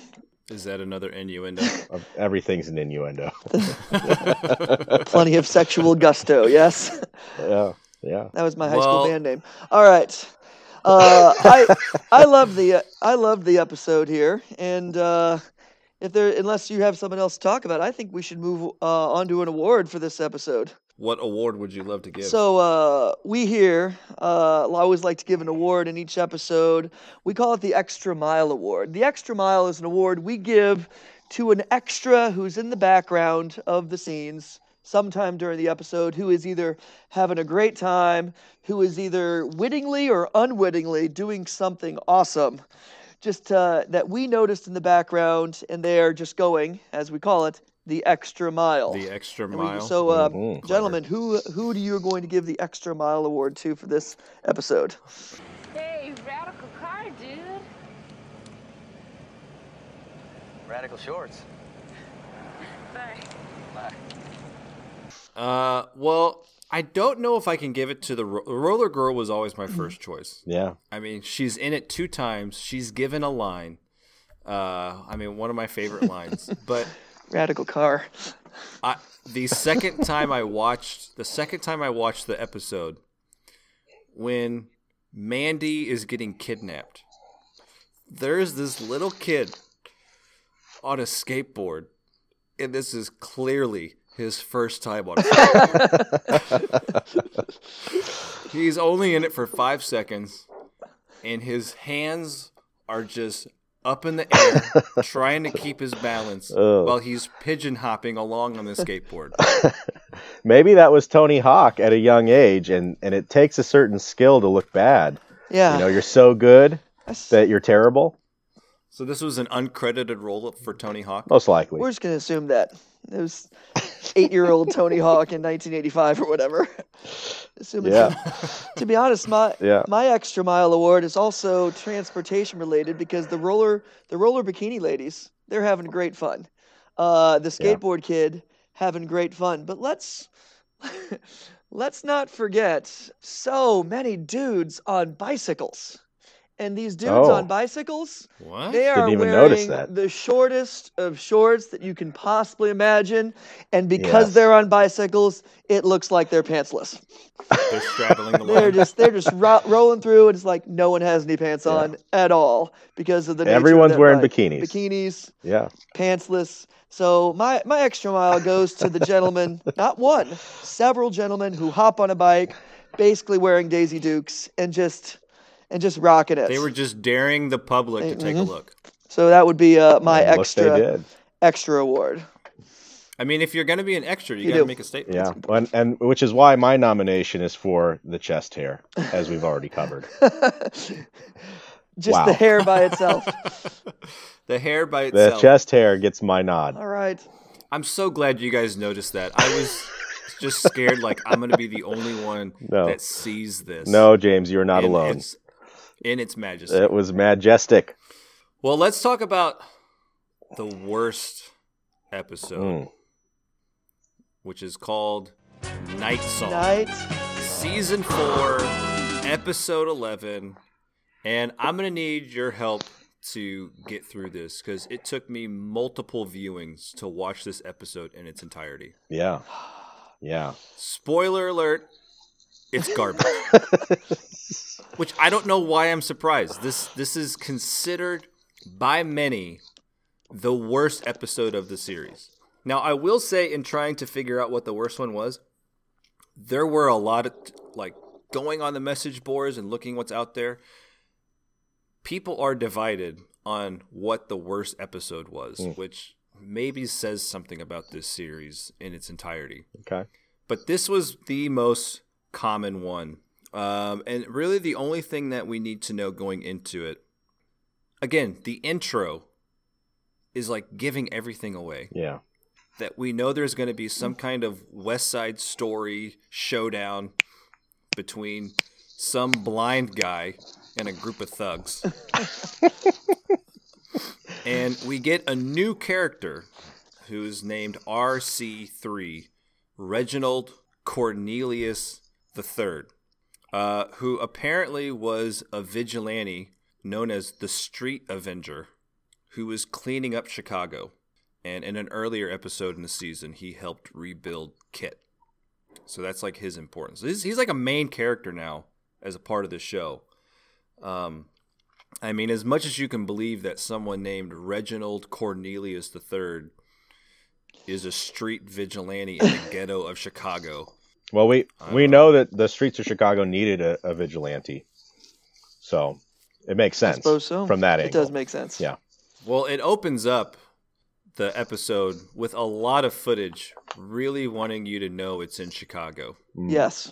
[SPEAKER 1] Is that another innuendo?
[SPEAKER 3] Of- Everything's an innuendo.
[SPEAKER 2] Plenty of sexual gusto, yes?
[SPEAKER 3] yeah. Yeah.
[SPEAKER 2] That was my high
[SPEAKER 1] Well-
[SPEAKER 2] school band name. All right. Uh, I I love the I love the episode here, and uh, if there unless you have something else to talk about, I think we should move uh, on to an award for this episode.
[SPEAKER 1] What award would you love to give?
[SPEAKER 2] So uh, we here uh, always like to give an award in each episode. We call it the Extra Mile Award. The Extra Mile is an award we give to an extra who's in the background of the scenes sometime during the episode who is either having a great time, who is either wittingly or unwittingly doing something awesome. Just uh, that we noticed in the background, and they are just going, as we call it, the extra mile.
[SPEAKER 1] the extra
[SPEAKER 2] And we-
[SPEAKER 1] mile.
[SPEAKER 2] so, uh,
[SPEAKER 3] Mhm.
[SPEAKER 2] gentlemen, who who do you going to give the extra mile award to for this episode?
[SPEAKER 8] Hey, radical car, dude.
[SPEAKER 7] Radical shorts.
[SPEAKER 8] Bye.
[SPEAKER 1] Uh, well, I don't know if I can give it to the ro- roller girl. Was always
[SPEAKER 2] Mm-hmm.
[SPEAKER 1] my first choice.
[SPEAKER 3] Yeah.
[SPEAKER 1] I mean, she's in it two times. She's given a line. Uh, I mean, one of my favorite lines. But
[SPEAKER 2] Radical car.
[SPEAKER 1] I, the second time I watched the second time I watched the episode when Mandy is getting kidnapped. There's this little kid on a skateboard, and this is clearly his first time on a skateboard. He's only in it for five seconds, and his hands are just up in the air, trying to keep his balance
[SPEAKER 3] Oh.
[SPEAKER 1] while he's pigeon hopping along on the skateboard.
[SPEAKER 3] Maybe that was Tony Hawk at a young age, and, and it takes a certain skill to look bad.
[SPEAKER 2] Yeah.
[SPEAKER 3] You know, you're so good
[SPEAKER 2] That's-
[SPEAKER 3] that you're terrible,
[SPEAKER 1] So this was an uncredited roll up for Tony Hawk.
[SPEAKER 3] most likely.
[SPEAKER 2] we're just gonna assume that it was eight-year-old Tony Hawk in 1985 or whatever. Assume it's
[SPEAKER 3] Yeah.
[SPEAKER 2] to be honest, my
[SPEAKER 3] Yeah.
[SPEAKER 2] my extra mile award is also transportation related because the roller the roller bikini ladies they're having great fun. Uh, the
[SPEAKER 3] Yeah.
[SPEAKER 2] skateboard kid having great fun, but let's let's not forget so many dudes on bicycles, and these dudes
[SPEAKER 3] Oh.
[SPEAKER 2] on bicycles
[SPEAKER 1] What?
[SPEAKER 2] they are
[SPEAKER 3] even
[SPEAKER 2] wearing
[SPEAKER 3] notice that.
[SPEAKER 2] the shortest of shorts that you can possibly imagine, and because
[SPEAKER 3] Yes.
[SPEAKER 2] they're on bicycles, it looks like they're pantsless.
[SPEAKER 1] They're straddling the
[SPEAKER 2] They're
[SPEAKER 1] line.
[SPEAKER 2] just they're just ro- rolling through, and it's like no one has any pants on at all because of the nature of
[SPEAKER 3] Everyone's
[SPEAKER 2] that
[SPEAKER 3] wearing
[SPEAKER 2] bike.
[SPEAKER 3] bikinis.
[SPEAKER 2] bikinis,
[SPEAKER 3] yeah.
[SPEAKER 2] pantsless. So my my extra mile goes to the gentlemen, not one, several gentlemen who hop on a bike, basically wearing Daisy Dukes and just and just rocking it.
[SPEAKER 1] They were just daring the public to take a
[SPEAKER 3] Mm-hmm.
[SPEAKER 1] look.
[SPEAKER 2] so that would be uh, my
[SPEAKER 3] And look, They
[SPEAKER 2] extra
[SPEAKER 3] did.
[SPEAKER 2] extra award.
[SPEAKER 1] I mean, if you're going to be an extra, you,
[SPEAKER 2] You
[SPEAKER 1] got to
[SPEAKER 2] do.
[SPEAKER 1] make a statement.
[SPEAKER 3] Yeah. And, and which is why my nomination is for the chest hair, as we've already covered.
[SPEAKER 2] Just
[SPEAKER 3] Wow.
[SPEAKER 2] the hair by itself.
[SPEAKER 1] The hair by
[SPEAKER 3] The
[SPEAKER 1] itself.
[SPEAKER 3] chest hair gets my nod.
[SPEAKER 2] All right.
[SPEAKER 1] I'm so glad you guys noticed that. I was just scared, like I'm going to be the only one
[SPEAKER 3] No.
[SPEAKER 1] that sees this.
[SPEAKER 3] No, James, you're not
[SPEAKER 1] in
[SPEAKER 3] alone.
[SPEAKER 1] Its, in its majesty.
[SPEAKER 3] It was majestic.
[SPEAKER 1] Well, let's talk about the worst
[SPEAKER 3] Mm.
[SPEAKER 1] episode, which is called Night Song.
[SPEAKER 2] Night.
[SPEAKER 1] season four, episode 11. And I'm going to need your help to get through this because it took me multiple viewings to watch this episode in its entirety.
[SPEAKER 3] Yeah. Yeah.
[SPEAKER 1] Spoiler alert, it's garbage. Which I don't know why I'm surprised. This this is considered by many the worst episode of the series. Now, I will say in trying to figure out what the worst one was, there were a lot of like going on the message boards and looking what's out there. People are divided on what the worst episode was, which maybe says something about this series in its entirety
[SPEAKER 3] Okay.
[SPEAKER 1] but this was the most common one. Um, and really, the only thing that we need to know going into it again, the intro is like giving everything away.
[SPEAKER 3] Yeah.
[SPEAKER 1] That we know there's going to be some kind of West Side story showdown between some blind guy and a group of thugs. and we get a new character who's named RC3, Reginald Cornelius III, uh, who apparently was a vigilante known as the Street Avenger, who was cleaning up Chicago. And in an earlier episode in the season, he helped rebuild Kit. So that's like his importance. He's, he's like a main character now as a part of the show. Um, I mean, as much as you can believe that someone named Reginald Cornelius III is a street vigilante in the ghetto of Chicago.
[SPEAKER 3] Well, we we know that the streets of Chicago needed a, a vigilante, so it makes sense
[SPEAKER 2] suppose so.
[SPEAKER 3] from that
[SPEAKER 2] it
[SPEAKER 3] angle.
[SPEAKER 2] does make sense.
[SPEAKER 3] yeah,
[SPEAKER 1] Well, it opens up the episode with a lot of footage really wanting you to know it's in Chicago.
[SPEAKER 3] Mm,
[SPEAKER 2] Yes.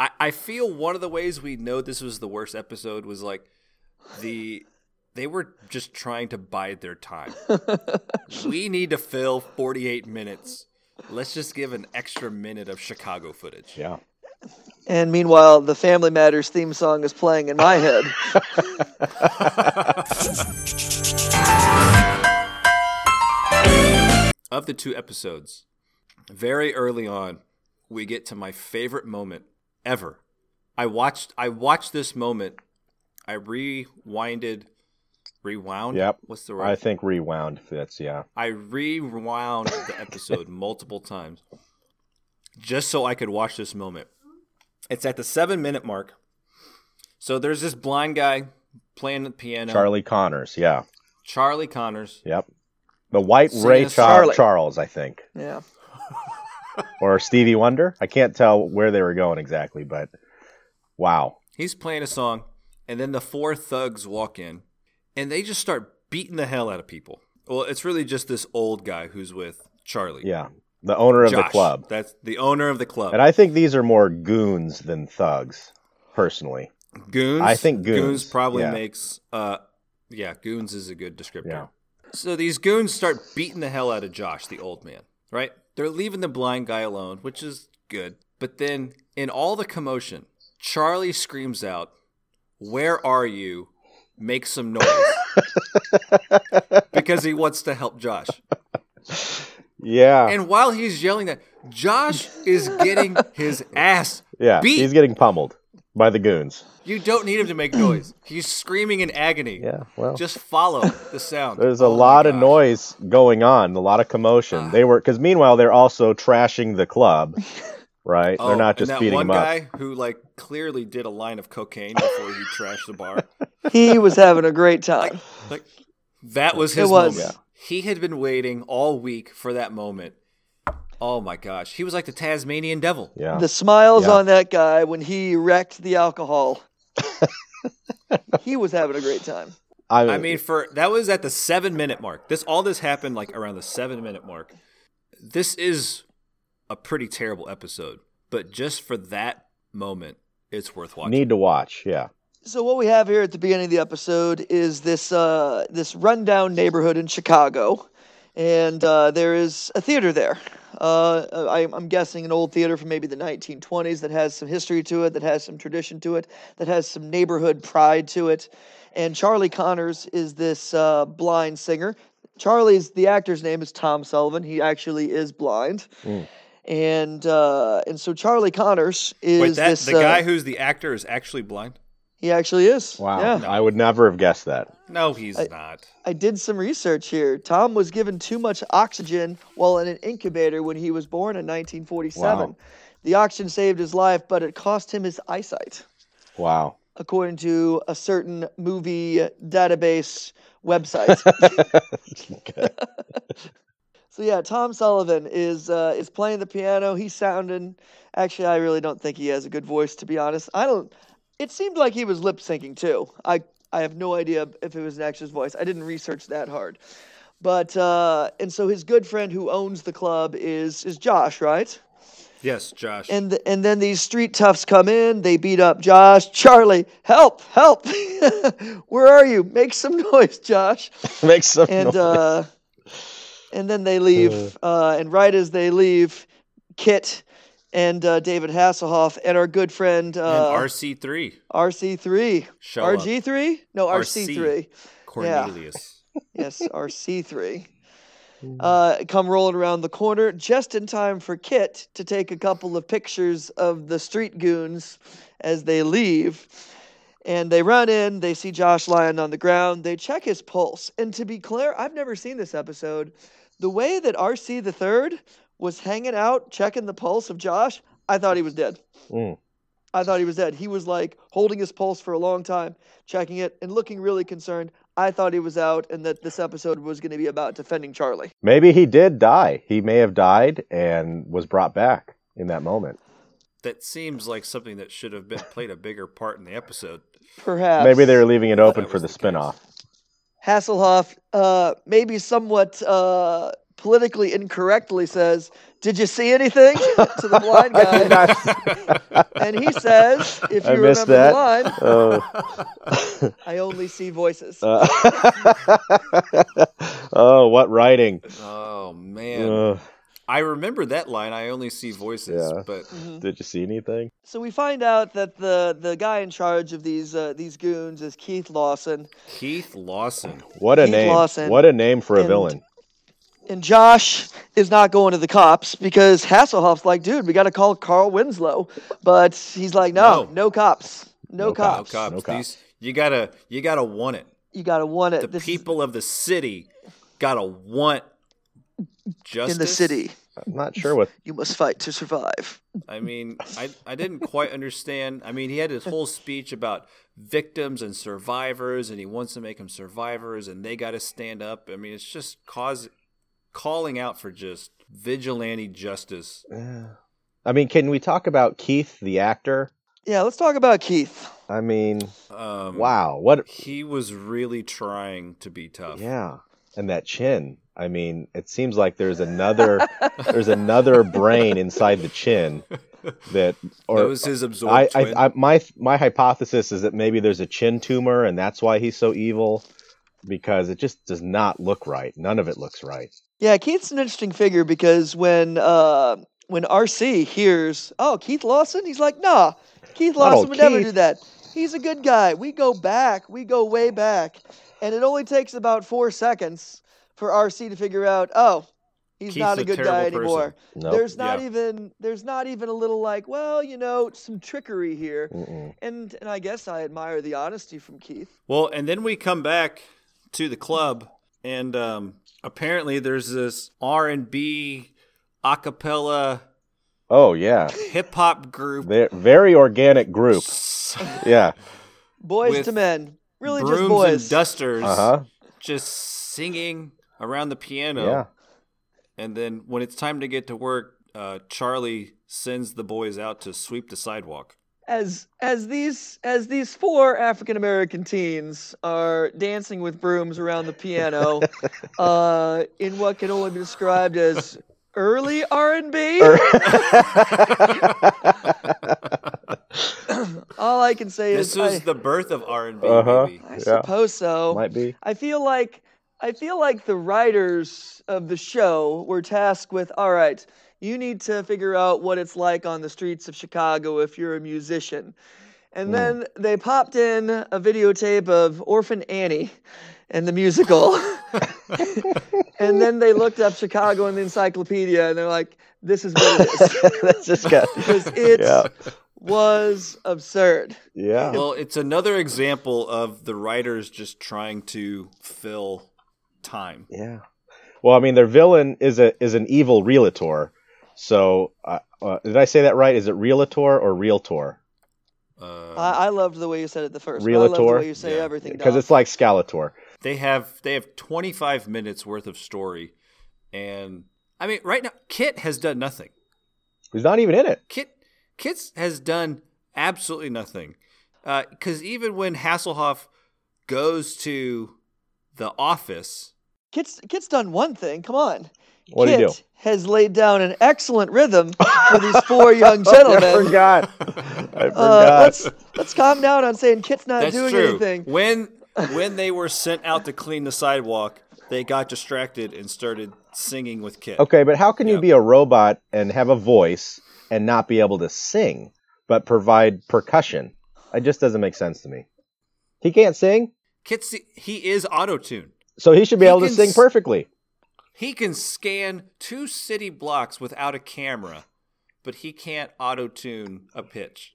[SPEAKER 1] I, I feel one of the ways we know this was the worst episode was like the they were just trying to bide their time. we need to fill 48 minutes. Let's just give an extra minute of Chicago footage.
[SPEAKER 3] yeah.
[SPEAKER 2] And meanwhile, the Family Matters theme song is playing in my head.
[SPEAKER 1] Of the two episodes, very early on, we get to my favorite moment ever. I watched I watched this moment. I rewinded rewound.
[SPEAKER 3] Yep.
[SPEAKER 1] What's the word?
[SPEAKER 3] I think rewound. That's yeah.
[SPEAKER 1] I rewound the episode multiple times just so I could watch this moment. It's at the seven minute mark. So there's this blind guy playing the piano,
[SPEAKER 3] Charlie Connors. Yeah.
[SPEAKER 1] Charlie Connors.
[SPEAKER 3] Yep. The White
[SPEAKER 1] Sing
[SPEAKER 3] Ray
[SPEAKER 1] a
[SPEAKER 3] Char-
[SPEAKER 2] Charlie.
[SPEAKER 3] Charles, I think,
[SPEAKER 2] yeah.
[SPEAKER 3] or Stevie Wonder. I can't tell where they were going exactly, but wow.
[SPEAKER 1] He's playing a song, and then the four thugs walk in and they just start beating the hell out of people. Well, it's really just this old guy who's with Charlie.
[SPEAKER 3] Yeah. The owner of the
[SPEAKER 1] Josh.
[SPEAKER 3] club.
[SPEAKER 1] That's the owner of the club.
[SPEAKER 3] And I think these are more goons than thugs, personally.
[SPEAKER 1] Goons.
[SPEAKER 3] I think Goons.
[SPEAKER 1] probably
[SPEAKER 3] Yeah.
[SPEAKER 1] makes. Uh, yeah, Goons is a good descriptor.
[SPEAKER 3] Yeah.
[SPEAKER 1] So these goons start beating the hell out of Josh, the old man. Right? They're leaving the blind guy alone, which is good. But then, in all the commotion, Charlie screams out, "Where are you? Make some noise!" because he wants to help Josh.
[SPEAKER 3] Yeah.
[SPEAKER 1] And while he's yelling that, Josh is getting his ass
[SPEAKER 3] yeah.
[SPEAKER 1] beat.
[SPEAKER 3] He's getting pummeled by the goons.
[SPEAKER 1] You don't need him to make noise. He's screaming in agony.
[SPEAKER 3] Yeah. Well,
[SPEAKER 1] Just follow the sound.
[SPEAKER 3] Oh. there's a
[SPEAKER 1] Oh my
[SPEAKER 3] lot of
[SPEAKER 1] gosh.
[SPEAKER 3] noise going on, a lot of commotion. they were, because meanwhile, they're also trashing the club, right?
[SPEAKER 1] Oh,
[SPEAKER 3] they're not
[SPEAKER 1] and
[SPEAKER 3] just
[SPEAKER 1] that
[SPEAKER 3] beating
[SPEAKER 1] one
[SPEAKER 3] them up.
[SPEAKER 1] guy who like clearly did a line of cocaine before he trashed the bar.
[SPEAKER 2] He was having a great time.
[SPEAKER 1] Like that was his
[SPEAKER 2] It was.
[SPEAKER 1] moment. He had been waiting all week for that moment. Oh my gosh, he was like the Tasmanian devil.
[SPEAKER 3] Yeah.
[SPEAKER 2] The smiles
[SPEAKER 3] Yeah.
[SPEAKER 2] on that guy when he wrecked the alcohol. he was having a great time.
[SPEAKER 1] I mean, for that was at the seven minute mark. This all this happened like around the seven minute mark. This is a pretty terrible episode, but just for that moment, it's worth watching.
[SPEAKER 3] need to watch. Yeah.
[SPEAKER 2] So what we have here at the beginning of the episode is this uh, this rundown neighborhood in Chicago, and uh, there is a theater there. Uh, I, I'm guessing an old theater from maybe the 1920s that has some history to it, that has some tradition to it, that has some neighborhood pride to it. And Charlie Connors is this uh, blind singer. Charlie's the actor's name is Tom Sullivan. He actually is blind,
[SPEAKER 1] Hmm.
[SPEAKER 2] and uh, and so Charlie Connors is
[SPEAKER 1] Wait, that
[SPEAKER 2] this
[SPEAKER 1] the
[SPEAKER 2] uh,
[SPEAKER 1] guy who's the actor is actually blind?
[SPEAKER 2] he actually is.
[SPEAKER 3] Wow.
[SPEAKER 2] Yeah.
[SPEAKER 3] I would never have guessed that.
[SPEAKER 1] No, he's not.
[SPEAKER 2] I did some research here. Tom was given too much oxygen while in an incubator when he was born in 1947.
[SPEAKER 3] Wow.
[SPEAKER 2] The oxygen saved his life, but it cost him his eyesight,
[SPEAKER 3] Wow.
[SPEAKER 2] according to a certain movie database website. so yeah, Tom Sullivan is uh, is playing the piano. He's sounding. Actually, I really don't think he has a good voice, to be honest. I don't. It seemed like he was lip syncing too. I I have no idea if it was an actor's voice. I didn't research that hard. But uh, and so his good friend who owns the club is is Josh, right?
[SPEAKER 1] Yes, Josh.
[SPEAKER 2] And th- and then these street toughs come in. They beat up Josh. Charlie, help, help! Where are you? Make some noise, Josh.
[SPEAKER 3] Makes some
[SPEAKER 2] And
[SPEAKER 3] noise.
[SPEAKER 2] uh, and then they leave. Uh, and right as they leave, Kit and uh, David Hasselhoff and our good friend uh,
[SPEAKER 1] RC3
[SPEAKER 2] RC3,
[SPEAKER 1] Show up.
[SPEAKER 2] RG3, no RC3.
[SPEAKER 1] Cornelius.
[SPEAKER 2] Yes, RC3. Uh, come rolling around the corner just in time for Kit to take a couple of pictures of the street goons as they leave. And they run in, they see Josh lying on the ground, they check his pulse. And to be clear, I've never seen this episode. The way that RC the third was hanging out, checking the pulse of Josh, I thought he was dead.
[SPEAKER 3] Mm.
[SPEAKER 2] I thought he was dead. He was like holding his pulse for a long time, checking it, and looking really concerned. I thought he was out and that this episode was going to be about defending Charlie.
[SPEAKER 3] Maybe he did die. He may have died and was brought back in that moment.
[SPEAKER 1] That seems like something that should have been played a bigger part in the episode.
[SPEAKER 2] Perhaps.
[SPEAKER 3] Maybe they were leaving it open
[SPEAKER 1] that
[SPEAKER 3] for
[SPEAKER 1] was
[SPEAKER 3] the
[SPEAKER 1] the case.
[SPEAKER 3] spinoff.
[SPEAKER 2] Hasselhoff, uh, maybe somewhat uh, politically incorrectly, says, Did you see anything? to the blind
[SPEAKER 3] I did
[SPEAKER 2] guy.
[SPEAKER 3] not.
[SPEAKER 2] and he says, If you
[SPEAKER 3] I
[SPEAKER 2] remember
[SPEAKER 3] missed that.
[SPEAKER 2] the line,
[SPEAKER 3] Oh.
[SPEAKER 2] I only see voices.
[SPEAKER 3] Uh, oh, what writing?
[SPEAKER 1] Oh man,
[SPEAKER 3] Ugh.
[SPEAKER 1] I remember that line. I only see voices,
[SPEAKER 3] Yeah.
[SPEAKER 1] but
[SPEAKER 3] did you see anything?
[SPEAKER 2] so we find out that the, the guy in charge of these, uh, these goons is Keith Lawson.
[SPEAKER 1] Keith Lawson. oh,
[SPEAKER 3] What a
[SPEAKER 2] Keith
[SPEAKER 3] name!
[SPEAKER 2] Lawson
[SPEAKER 3] What a name for a
[SPEAKER 2] and-
[SPEAKER 3] villain.
[SPEAKER 2] And Josh is not going to the cops because Hasselhoff's like, dude, we got to call Carl Winslow. But he's like, no,
[SPEAKER 1] No.
[SPEAKER 2] no, cops. No,
[SPEAKER 3] No
[SPEAKER 1] No
[SPEAKER 2] cops.
[SPEAKER 1] cops.
[SPEAKER 3] No cops.
[SPEAKER 1] These you gotta you gotta want it.
[SPEAKER 2] You got to want it.
[SPEAKER 1] The
[SPEAKER 2] This is
[SPEAKER 1] people of the city gotta want justice
[SPEAKER 2] in the city.
[SPEAKER 3] I'm not sure what.
[SPEAKER 2] You must fight to survive.
[SPEAKER 1] I mean, I I didn't quite understand. I mean, he had his whole speech about victims and survivors, and he wants to make them survivors, and they got to stand up. I mean, it's just cause calling out for just vigilante justice.
[SPEAKER 3] I mean, can we talk about Keith the actor?
[SPEAKER 2] Yeah, let's talk about Keith.
[SPEAKER 3] I mean,
[SPEAKER 1] Um,
[SPEAKER 3] wow, what?
[SPEAKER 1] he was really trying to be tough.
[SPEAKER 3] Yeah, and that chin. I mean, it seems like there's another there's another brain inside the chin that or
[SPEAKER 1] that was his absorbed
[SPEAKER 3] I,
[SPEAKER 1] twin.
[SPEAKER 3] I, I my my hypothesis is that maybe there's a chin tumor and that's why he's so evil because it just does not look right. None of it looks right.
[SPEAKER 2] Yeah, Keith's an interesting figure because when uh, when RC hears, oh, Keith Lawson, he's like, nah, Keith
[SPEAKER 3] Not
[SPEAKER 2] Lawson
[SPEAKER 3] old
[SPEAKER 2] would never
[SPEAKER 3] Keith."
[SPEAKER 2] do that. He's a good guy. We go back. We go way back. And it only takes about four seconds for RC to figure out, oh, he's
[SPEAKER 1] Keith's
[SPEAKER 2] not
[SPEAKER 1] a
[SPEAKER 2] a good guy
[SPEAKER 1] terrible
[SPEAKER 2] anymore.
[SPEAKER 3] No.
[SPEAKER 2] There's not
[SPEAKER 1] Yeah.
[SPEAKER 2] even there's not even a little like, well, you know, some trickery here.
[SPEAKER 3] Mm-mm.
[SPEAKER 2] And and I guess I admire the honesty from Keith.
[SPEAKER 1] Well, and then we come back to the club, and um, apparently there's this R and B acapella
[SPEAKER 3] Oh yeah,
[SPEAKER 1] hip hop group.
[SPEAKER 3] They're very organic group. Yeah.
[SPEAKER 2] Boys
[SPEAKER 1] With
[SPEAKER 2] to men. Really
[SPEAKER 1] brooms
[SPEAKER 2] just boys.
[SPEAKER 1] and dusters
[SPEAKER 3] Uh huh.
[SPEAKER 1] just singing around the piano.
[SPEAKER 3] Yeah.
[SPEAKER 1] And then when it's time to get to work, uh, Charlie sends the boys out to sweep the sidewalk.
[SPEAKER 2] as as these as these four African American teens are dancing with brooms around the piano, uh, in what can only be described as early R and B. All I can say
[SPEAKER 1] This
[SPEAKER 2] is
[SPEAKER 1] was
[SPEAKER 2] I,
[SPEAKER 1] the birth of R and B,
[SPEAKER 3] Uh-huh.
[SPEAKER 1] baby.
[SPEAKER 2] I
[SPEAKER 3] Yeah.
[SPEAKER 2] suppose so.
[SPEAKER 3] Might be.
[SPEAKER 2] I feel like I feel like the writers of the show were tasked with all right, you need to figure out what it's like on the streets of Chicago if you're a musician. And
[SPEAKER 3] Hmm.
[SPEAKER 2] then they popped in a videotape of Orphan Annie and the musical. and then they looked up Chicago in the encyclopedia and they're like, this is what it is.
[SPEAKER 3] That's just got.
[SPEAKER 2] Because it
[SPEAKER 3] Yeah.
[SPEAKER 2] was absurd.
[SPEAKER 3] Yeah.
[SPEAKER 1] Well, it's another example of the writers just trying to fill time.
[SPEAKER 3] Yeah. Well, I mean, their villain is a is an evil realtor. So, uh, uh, did I say that right? Is it realtor or realtor? Um,
[SPEAKER 1] Uh,
[SPEAKER 2] I, I loved the way you said it the first. but I loved
[SPEAKER 3] Realtor?
[SPEAKER 2] the way you say
[SPEAKER 1] Yeah.
[SPEAKER 2] everything.
[SPEAKER 3] Because
[SPEAKER 2] Doc.
[SPEAKER 3] it's like Scalator.
[SPEAKER 1] they have they have 25 minutes worth of story, and I mean, right now Kit has done nothing.
[SPEAKER 3] He's not even in it.
[SPEAKER 1] Kit Kit has done absolutely nothing. Because even when Hasselhoff goes to the office,
[SPEAKER 2] Kit's Kit's done one thing. Come on.
[SPEAKER 3] What'd he
[SPEAKER 2] Kit
[SPEAKER 3] do?
[SPEAKER 2] has laid down an excellent rhythm for these four young
[SPEAKER 3] Oh, I
[SPEAKER 2] gentlemen.
[SPEAKER 3] forgot. I forgot.
[SPEAKER 2] Uh, let's let's calm down on saying Kit's not
[SPEAKER 1] that's
[SPEAKER 2] doing
[SPEAKER 1] true.
[SPEAKER 2] anything.
[SPEAKER 1] When when they were sent out to clean the sidewalk, they got distracted and started singing with Kit.
[SPEAKER 3] Okay, but how can
[SPEAKER 1] Yeah.
[SPEAKER 3] you be a robot and have a voice and not be able to sing, but provide percussion? It just doesn't make sense to me. He can't sing,
[SPEAKER 1] Kit's he is auto tuned.
[SPEAKER 3] so he should be
[SPEAKER 1] He
[SPEAKER 3] able to
[SPEAKER 1] can
[SPEAKER 3] sing
[SPEAKER 1] s-
[SPEAKER 3] perfectly.
[SPEAKER 1] He can scan two city blocks without a camera, but he can't auto tune a pitch.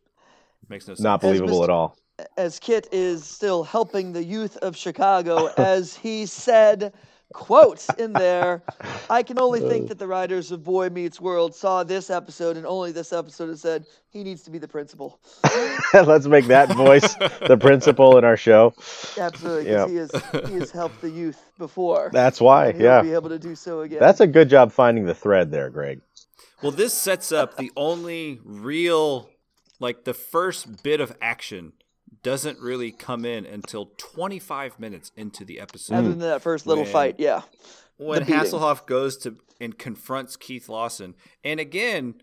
[SPEAKER 1] Makes no sense.
[SPEAKER 3] Not believable
[SPEAKER 2] Mr.
[SPEAKER 3] at all.
[SPEAKER 2] As Kit is still helping the youth of Chicago, as he said, quotes in there. I can only
[SPEAKER 3] Uh.
[SPEAKER 2] think that the writers of Boy Meets World saw this episode and only this episode and said, he needs to be the principal.
[SPEAKER 3] Let's make that voice the principal in our show.
[SPEAKER 2] Absolutely,
[SPEAKER 3] Yeah.
[SPEAKER 2] because he, has, he has helped the youth before.
[SPEAKER 3] That's why.
[SPEAKER 2] and he'll
[SPEAKER 3] Yeah.
[SPEAKER 2] be able to do so again.
[SPEAKER 3] That's a good job finding the thread there, Greg.
[SPEAKER 1] Well, this sets up the only real, like the first bit of action doesn't really come in until 25 minutes into the
[SPEAKER 2] Other
[SPEAKER 1] episode
[SPEAKER 3] Mm.
[SPEAKER 2] than that first little
[SPEAKER 1] When-
[SPEAKER 2] fight, yeah.
[SPEAKER 1] when
[SPEAKER 2] Mm. beating.
[SPEAKER 1] Hasselhoff goes to and confronts Keith Lawson, and again,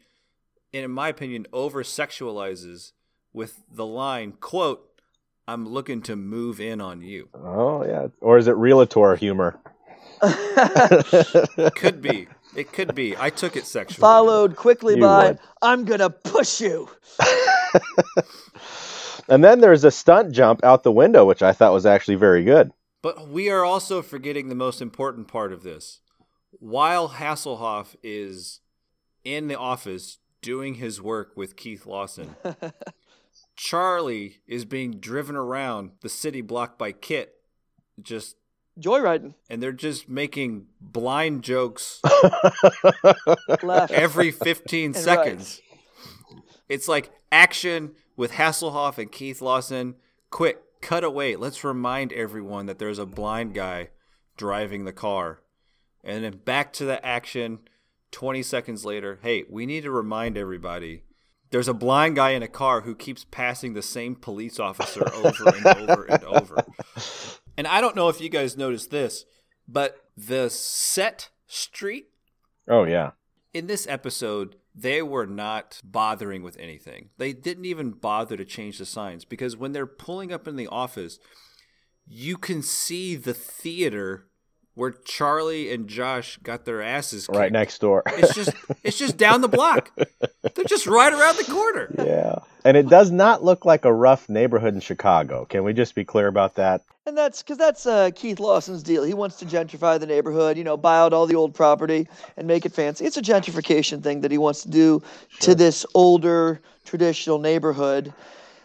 [SPEAKER 1] and in my opinion, over sexualizes with the line quote. I'm looking to move in on you.
[SPEAKER 3] Oh yeah. Or is it realtor humor?
[SPEAKER 1] Could be. It could be. I took it sexually.
[SPEAKER 2] Followed quickly
[SPEAKER 3] You
[SPEAKER 2] by,
[SPEAKER 3] would.
[SPEAKER 2] I'm going to push you.
[SPEAKER 3] And then there's a stunt jump out the window, which I thought was actually very good.
[SPEAKER 1] But we are also forgetting the most important part of this. While Hasselhoff is in the office doing his work with Keith Lawson, Charlie is being driven around the city block by Kit, just
[SPEAKER 2] Joyriding.
[SPEAKER 1] and they're just making blind jokes
[SPEAKER 2] Left.
[SPEAKER 1] every 15
[SPEAKER 2] And
[SPEAKER 1] seconds. It's like action with Hasselhoff and Keith Lawson. Quick, cut away. Let's remind everyone that there's a blind guy driving the car. And then back to the action 20 seconds later. Hey, we need to remind everybody there's a blind guy in a car who keeps passing the same police officer over and over and over. And I don't know if you guys noticed this, but the set street
[SPEAKER 3] Oh yeah.
[SPEAKER 1] in this episode, they were not bothering with anything. They didn't even bother to change the signs because when they're pulling up in the office, you can see the theater where Charlie and Josh got their asses kicked.
[SPEAKER 3] Right next door.
[SPEAKER 1] It's just it's just down the block. They're just right around the corner.
[SPEAKER 3] yeah. And it does not look like a rough neighborhood in Chicago. Can we just be clear about that?
[SPEAKER 2] And that's because that's uh, Keith Lawson's deal. He wants to gentrify the neighborhood, you know, buy out all the old property and make it fancy. It's a gentrification thing that he wants to do to this older traditional neighborhood.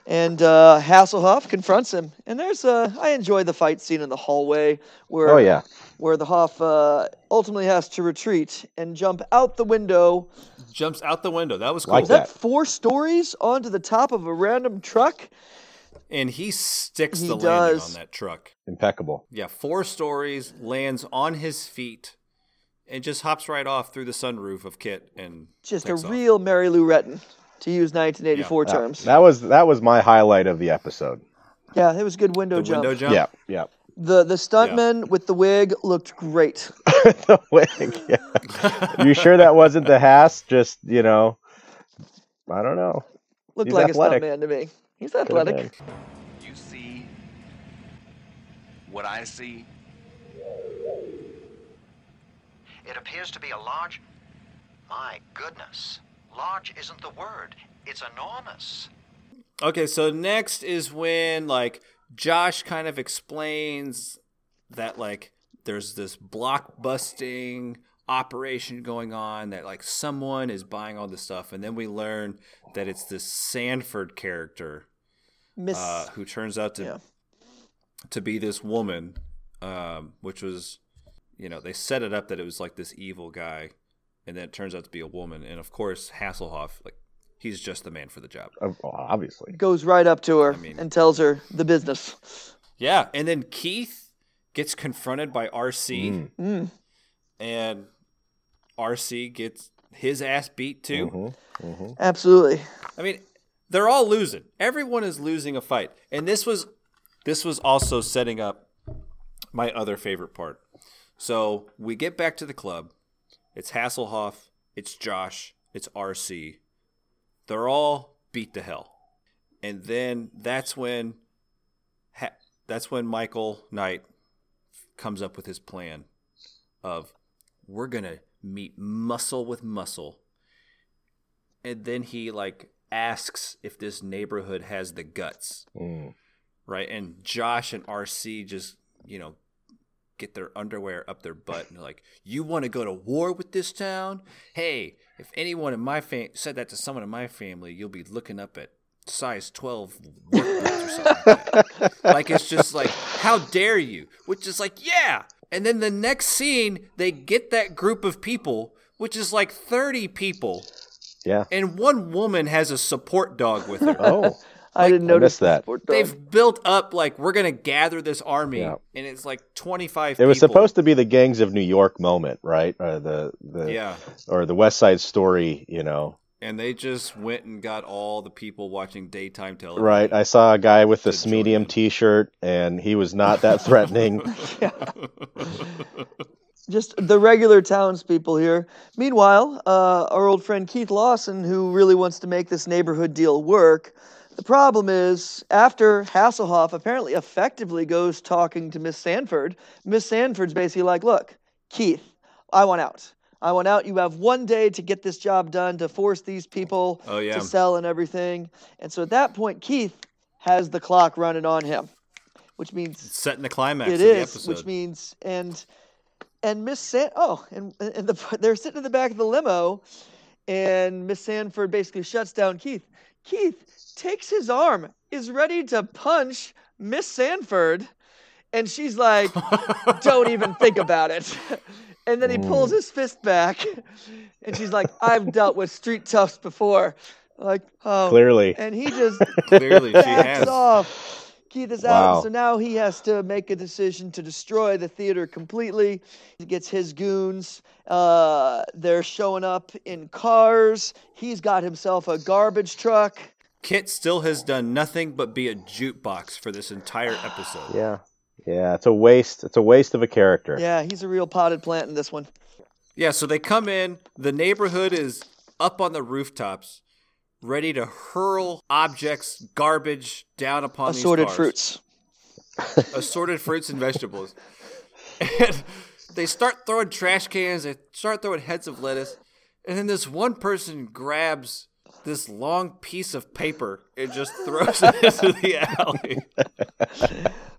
[SPEAKER 2] And uh, Hasselhoff confronts him. And there's, uh, I enjoy the fight scene in the hallway where
[SPEAKER 3] Oh yeah.
[SPEAKER 2] where the Hoff uh, ultimately has to retreat and jump out the window.
[SPEAKER 1] Jumps out the window. That was cool.
[SPEAKER 3] Like
[SPEAKER 2] Is that
[SPEAKER 3] that.
[SPEAKER 2] four stories onto the top of a random truck?
[SPEAKER 1] And he sticks
[SPEAKER 2] He
[SPEAKER 1] the landing on
[SPEAKER 2] does.
[SPEAKER 1] that truck.
[SPEAKER 3] Impeccable.
[SPEAKER 1] Yeah, four stories, lands on his feet, and just hops right off through the sunroof of Kit and
[SPEAKER 2] Just
[SPEAKER 1] takes
[SPEAKER 2] a
[SPEAKER 1] off.
[SPEAKER 2] real Mary Lou Retton, to use 1984
[SPEAKER 3] That-
[SPEAKER 2] terms.
[SPEAKER 3] That, was that was my highlight of the episode.
[SPEAKER 2] Yeah, it was a good window
[SPEAKER 1] the
[SPEAKER 2] jump.
[SPEAKER 1] window jump.
[SPEAKER 3] Yeah, yeah.
[SPEAKER 2] The the stuntman with the wig looked great.
[SPEAKER 3] the wig. Yeah. you sure that wasn't the Haas? Just you know, I don't know.
[SPEAKER 2] Looked
[SPEAKER 3] He's
[SPEAKER 2] like
[SPEAKER 3] athletic.
[SPEAKER 2] a stuntman to me. He's
[SPEAKER 3] Could have
[SPEAKER 2] athletic.
[SPEAKER 3] been.
[SPEAKER 7] You see what I see?
[SPEAKER 9] It appears to be a large. My goodness. Large isn't the word, it's enormous.
[SPEAKER 1] Okay, so next is when like Josh kind of explains that like there's this blockbusting operation going on that like someone is buying all this stuff and then we learn that it's this Sanford character
[SPEAKER 2] Miss
[SPEAKER 1] uh, who turns out to
[SPEAKER 2] Yeah.
[SPEAKER 1] to be this woman um, which was you know they set it up that it was like this evil guy and then it turns out to be a woman and of course Hasselhoff like he's just the man for the job
[SPEAKER 3] Ob- Obviously.
[SPEAKER 2] goes right up to her
[SPEAKER 1] mean-
[SPEAKER 2] and tells her the business.
[SPEAKER 1] Yeah, and then Keith gets confronted by RC,
[SPEAKER 2] Mm.
[SPEAKER 1] and RC gets his ass beat too.
[SPEAKER 3] Mhm, mhm.
[SPEAKER 2] Absolutely.
[SPEAKER 1] I mean, they're all losing. Everyone is losing a fight, and this was this was also setting up my other favorite part. So we get back to the club. It's Hasselhoff. It's Josh. It's RC. They're all beat to hell, and then that's when ha- that's when Michael Knight comes up with his plan of we're gonna meet muscle with muscle and then he like asks if this neighborhood has the guts
[SPEAKER 3] Mm.
[SPEAKER 1] right and josh and rc just you know get their underwear up their butt and they're like you want to go to war with this town hey if anyone in my family said that to someone in my family you'll be looking up at size 12 work boots or something like, that. like it's just like how dare you which is like yeah And then the next scene, they get that group of people, which is like 30 people,
[SPEAKER 3] Yeah.
[SPEAKER 1] and one woman has a support dog with her.
[SPEAKER 3] Oh,
[SPEAKER 2] I didn't
[SPEAKER 3] I
[SPEAKER 2] notice
[SPEAKER 3] missed that.
[SPEAKER 2] Support dog.
[SPEAKER 1] They've built up like we're gonna gather this army,
[SPEAKER 3] Yeah.
[SPEAKER 1] and it's like 25.
[SPEAKER 3] it
[SPEAKER 1] people.
[SPEAKER 3] was supposed to be the gangs of New York moment, right? Or the the
[SPEAKER 1] Yeah,
[SPEAKER 3] or the West Side Story, you know.
[SPEAKER 1] and they just went and got all the people watching daytime television.
[SPEAKER 3] Right. I saw a guy with this
[SPEAKER 1] join
[SPEAKER 3] medium
[SPEAKER 1] them.
[SPEAKER 3] T-shirt, and he was not that threatening.
[SPEAKER 2] just the regular townspeople here. Meanwhile, uh, our old friend Keith Lawson, who really wants to make this neighborhood deal work, the problem is after Hasselhoff apparently effectively goes talking to Miss Sanford, Miss Sanford's basically like, "Look, Keith, I want out. I want out. You have one day to get this job done to force these people
[SPEAKER 1] Oh, yeah.
[SPEAKER 2] to sell and everything." And so at that point, Keith has the clock running on him, which means
[SPEAKER 1] setting the climax
[SPEAKER 2] it
[SPEAKER 1] of the
[SPEAKER 2] is,
[SPEAKER 1] episode.
[SPEAKER 2] which means and and Miss San. Oh, and and the they're sitting in the back of the limo, and Miss Sanford basically shuts down Keith. Keith takes his arm, is ready to punch Miss Sanford, and she's like, "Don't even think about it." And then he pulls his fist back, and she's like, "I've dealt with street toughs before." Like, oh,
[SPEAKER 3] Clearly,
[SPEAKER 2] and he just
[SPEAKER 1] Clearly, she
[SPEAKER 2] backs
[SPEAKER 1] has.
[SPEAKER 2] off. Keith is
[SPEAKER 3] Wow.
[SPEAKER 2] out, so now he has to make a decision to destroy the theater completely. He gets his goons. Uh, they're showing up in cars. He's got himself a garbage truck.
[SPEAKER 1] Kit still has done nothing but be a jukebox for this entire episode.
[SPEAKER 3] yeah, yeah. It's a waste. It's a waste of a character.
[SPEAKER 2] Yeah, he's a real potted plant in this one.
[SPEAKER 1] Yeah, so they come in, the neighborhood is up on the rooftops, ready to hurl objects, garbage down upon
[SPEAKER 2] Assorted
[SPEAKER 1] these cars.
[SPEAKER 2] fruits.
[SPEAKER 1] assorted fruits and vegetables. And they start throwing trash cans, they start throwing heads of lettuce, and then this one person grabs this long piece of paper and just throws it into the alley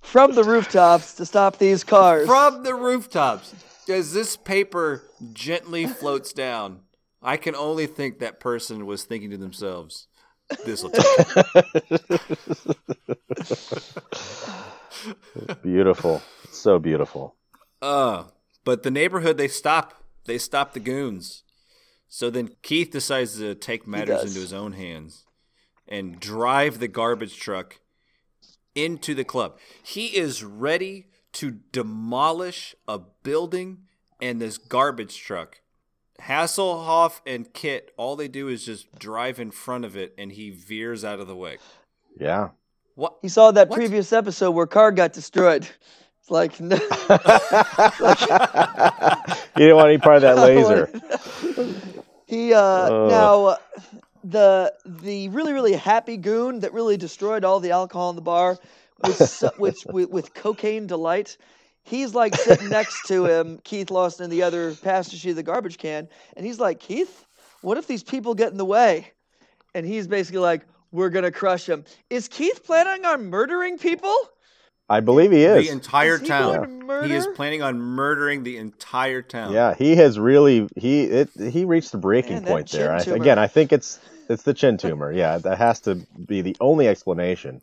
[SPEAKER 2] From the rooftops to stop these cars.
[SPEAKER 1] from the rooftops. As this paper gently floats down, I can only think that person was thinking to themselves, "This will take."
[SPEAKER 3] Beautiful. It's so beautiful.
[SPEAKER 1] Uh, but the neighborhood they stop they stop the goons. So then Keith decides to take matters
[SPEAKER 2] does.
[SPEAKER 1] into his own hands and drive the garbage truck into the club. He is ready to demolish a building and this garbage truck. Hasselhoff and Kit, all they do is just drive in front of it and he veers out of the way.
[SPEAKER 3] Yeah.
[SPEAKER 1] What
[SPEAKER 2] he saw that
[SPEAKER 1] What?
[SPEAKER 2] previous episode where car got destroyed. It's like, no,
[SPEAKER 3] You didn't want any part of that laser.
[SPEAKER 2] He uh, now uh, the the really really happy goon that really destroyed all the alcohol in the bar, with so, which with, with cocaine delight. He's like sitting next to him, Keith Lawson and the other passenger of the garbage can, and he's like, Keith, what if these people get in the way? And he's basically like, We're gonna crush them. Is Keith planning on murdering people?
[SPEAKER 3] I believe he
[SPEAKER 1] the
[SPEAKER 3] is.
[SPEAKER 1] entire
[SPEAKER 2] Is he
[SPEAKER 1] town.
[SPEAKER 2] going to murder?
[SPEAKER 1] He is planning on murdering the entire town.
[SPEAKER 3] yeah, he has really he it he reached the breaking
[SPEAKER 2] Oh. Man, that
[SPEAKER 3] point there.
[SPEAKER 2] chin
[SPEAKER 3] I,
[SPEAKER 2] tumor.
[SPEAKER 3] again, I think it's it's the chin tumor. Yeah, that has to be the only explanation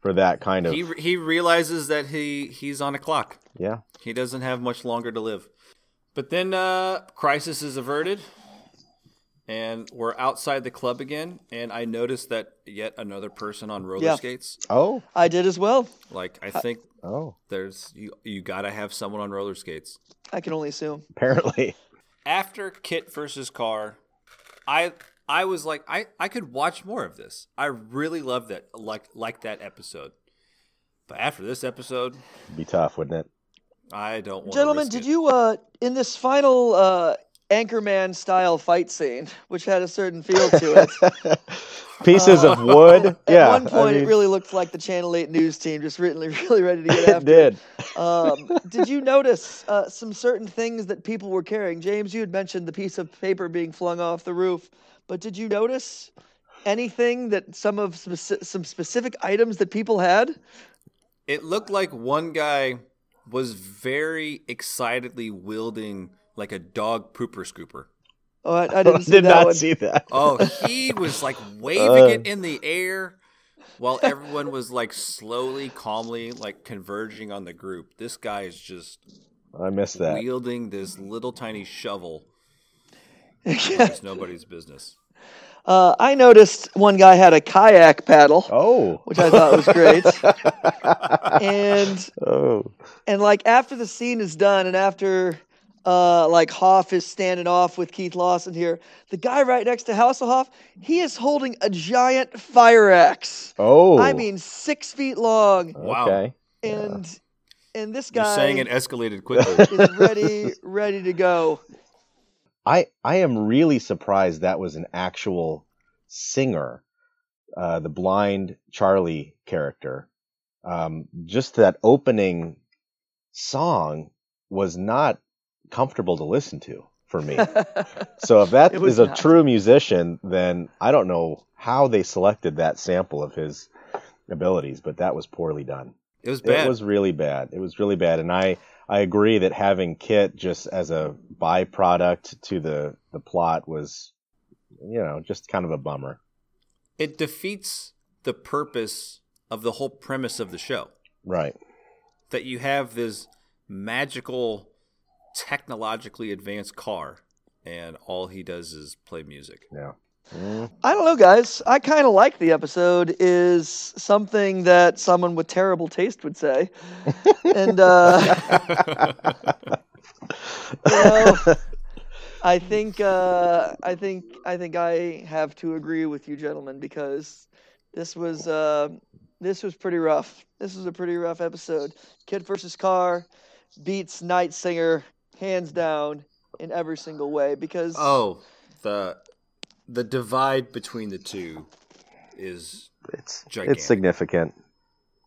[SPEAKER 3] for that kind of
[SPEAKER 1] He he realizes that he he's on a clock.
[SPEAKER 3] yeah.
[SPEAKER 1] He doesn't have much longer to live. But then uh, crisis is averted, and we're outside the club again. And I noticed that yet another person on roller
[SPEAKER 2] Yeah. Uh,
[SPEAKER 1] skates.
[SPEAKER 3] Oh,
[SPEAKER 2] I did as well.
[SPEAKER 1] Like I think
[SPEAKER 3] oh,
[SPEAKER 1] there's you you gotta have someone on roller skates.
[SPEAKER 2] I can only assume.
[SPEAKER 3] apparently.
[SPEAKER 1] after Kit versus Carr, I I was like I I could watch more of this. I really love that like like that episode. But after this episode,
[SPEAKER 3] It'd be tough, wouldn't it?
[SPEAKER 1] I don't want
[SPEAKER 2] Gentlemen,
[SPEAKER 1] risk
[SPEAKER 2] did
[SPEAKER 1] it.
[SPEAKER 2] you uh in this final uh Anchorman style fight scene, which had a certain feel to it.
[SPEAKER 3] Pieces of wood.
[SPEAKER 2] Oh. At
[SPEAKER 3] yeah.
[SPEAKER 2] one point,
[SPEAKER 3] I mean,
[SPEAKER 2] it really looked like the Channel 8 news team just really, really ready to get
[SPEAKER 3] it
[SPEAKER 2] after
[SPEAKER 3] did.
[SPEAKER 2] it. Um, did you notice uh, some certain things that people were carrying? James, you had mentioned the piece of paper being flung off the roof, but did you notice anything that some of speci- some specific items that people had?
[SPEAKER 1] It looked like one guy was very excitedly wielding like a dog pooper scooper.
[SPEAKER 2] Oh, I, I didn't see
[SPEAKER 3] did
[SPEAKER 2] that
[SPEAKER 3] not
[SPEAKER 2] one.
[SPEAKER 3] see that.
[SPEAKER 1] Oh, he was like waving it in the air while everyone was like slowly, calmly, like converging on the group. This guy is just
[SPEAKER 3] I missed that.
[SPEAKER 1] wielding this little tiny shovel. It's nobody's business.
[SPEAKER 2] Uh, I noticed one guy had a kayak paddle,
[SPEAKER 3] Oh.
[SPEAKER 2] which I thought was great. and
[SPEAKER 3] Oh.
[SPEAKER 2] and like after the scene is done, and after uh, like Hoff is standing off with Keith Lawson here, the guy right next to Hasselhoff, he is holding a giant fire axe.
[SPEAKER 3] Oh.
[SPEAKER 2] I mean, six feet long,
[SPEAKER 1] Wow.
[SPEAKER 3] Okay.
[SPEAKER 2] and and this
[SPEAKER 1] You're
[SPEAKER 2] guy
[SPEAKER 1] saying it escalated quickly.
[SPEAKER 2] is ready ready to go.
[SPEAKER 3] I I am really surprised that was an actual singer, uh, the blind Charlie character. Um, just that opening song was not comfortable to listen to for me. so if that
[SPEAKER 2] It was
[SPEAKER 3] is a
[SPEAKER 2] not.
[SPEAKER 3] true musician, then I don't know how they selected that sample of his abilities, but that was poorly done.
[SPEAKER 1] It was bad.
[SPEAKER 3] It was really bad. It was really bad, and I I agree that having Kit just as a byproduct to the the plot was, you know, just kind of a bummer.
[SPEAKER 1] it defeats the purpose of the whole premise of the show.
[SPEAKER 3] Right.
[SPEAKER 1] that you have this magical, technologically advanced car, and all he does is play music.
[SPEAKER 3] Yeah. Mm.
[SPEAKER 2] I don't know, guys. I kind of like the episode. Is something that someone with terrible taste would say, and uh, you know, I think uh, I think I think I have to agree with you, gentlemen, because this was uh, this was pretty rough. This was a pretty rough episode. Kid versus Car beats Night Singer hands down in every single way because
[SPEAKER 1] Oh, the the divide between the two is
[SPEAKER 3] It's
[SPEAKER 1] Gigantic.
[SPEAKER 3] it's significant.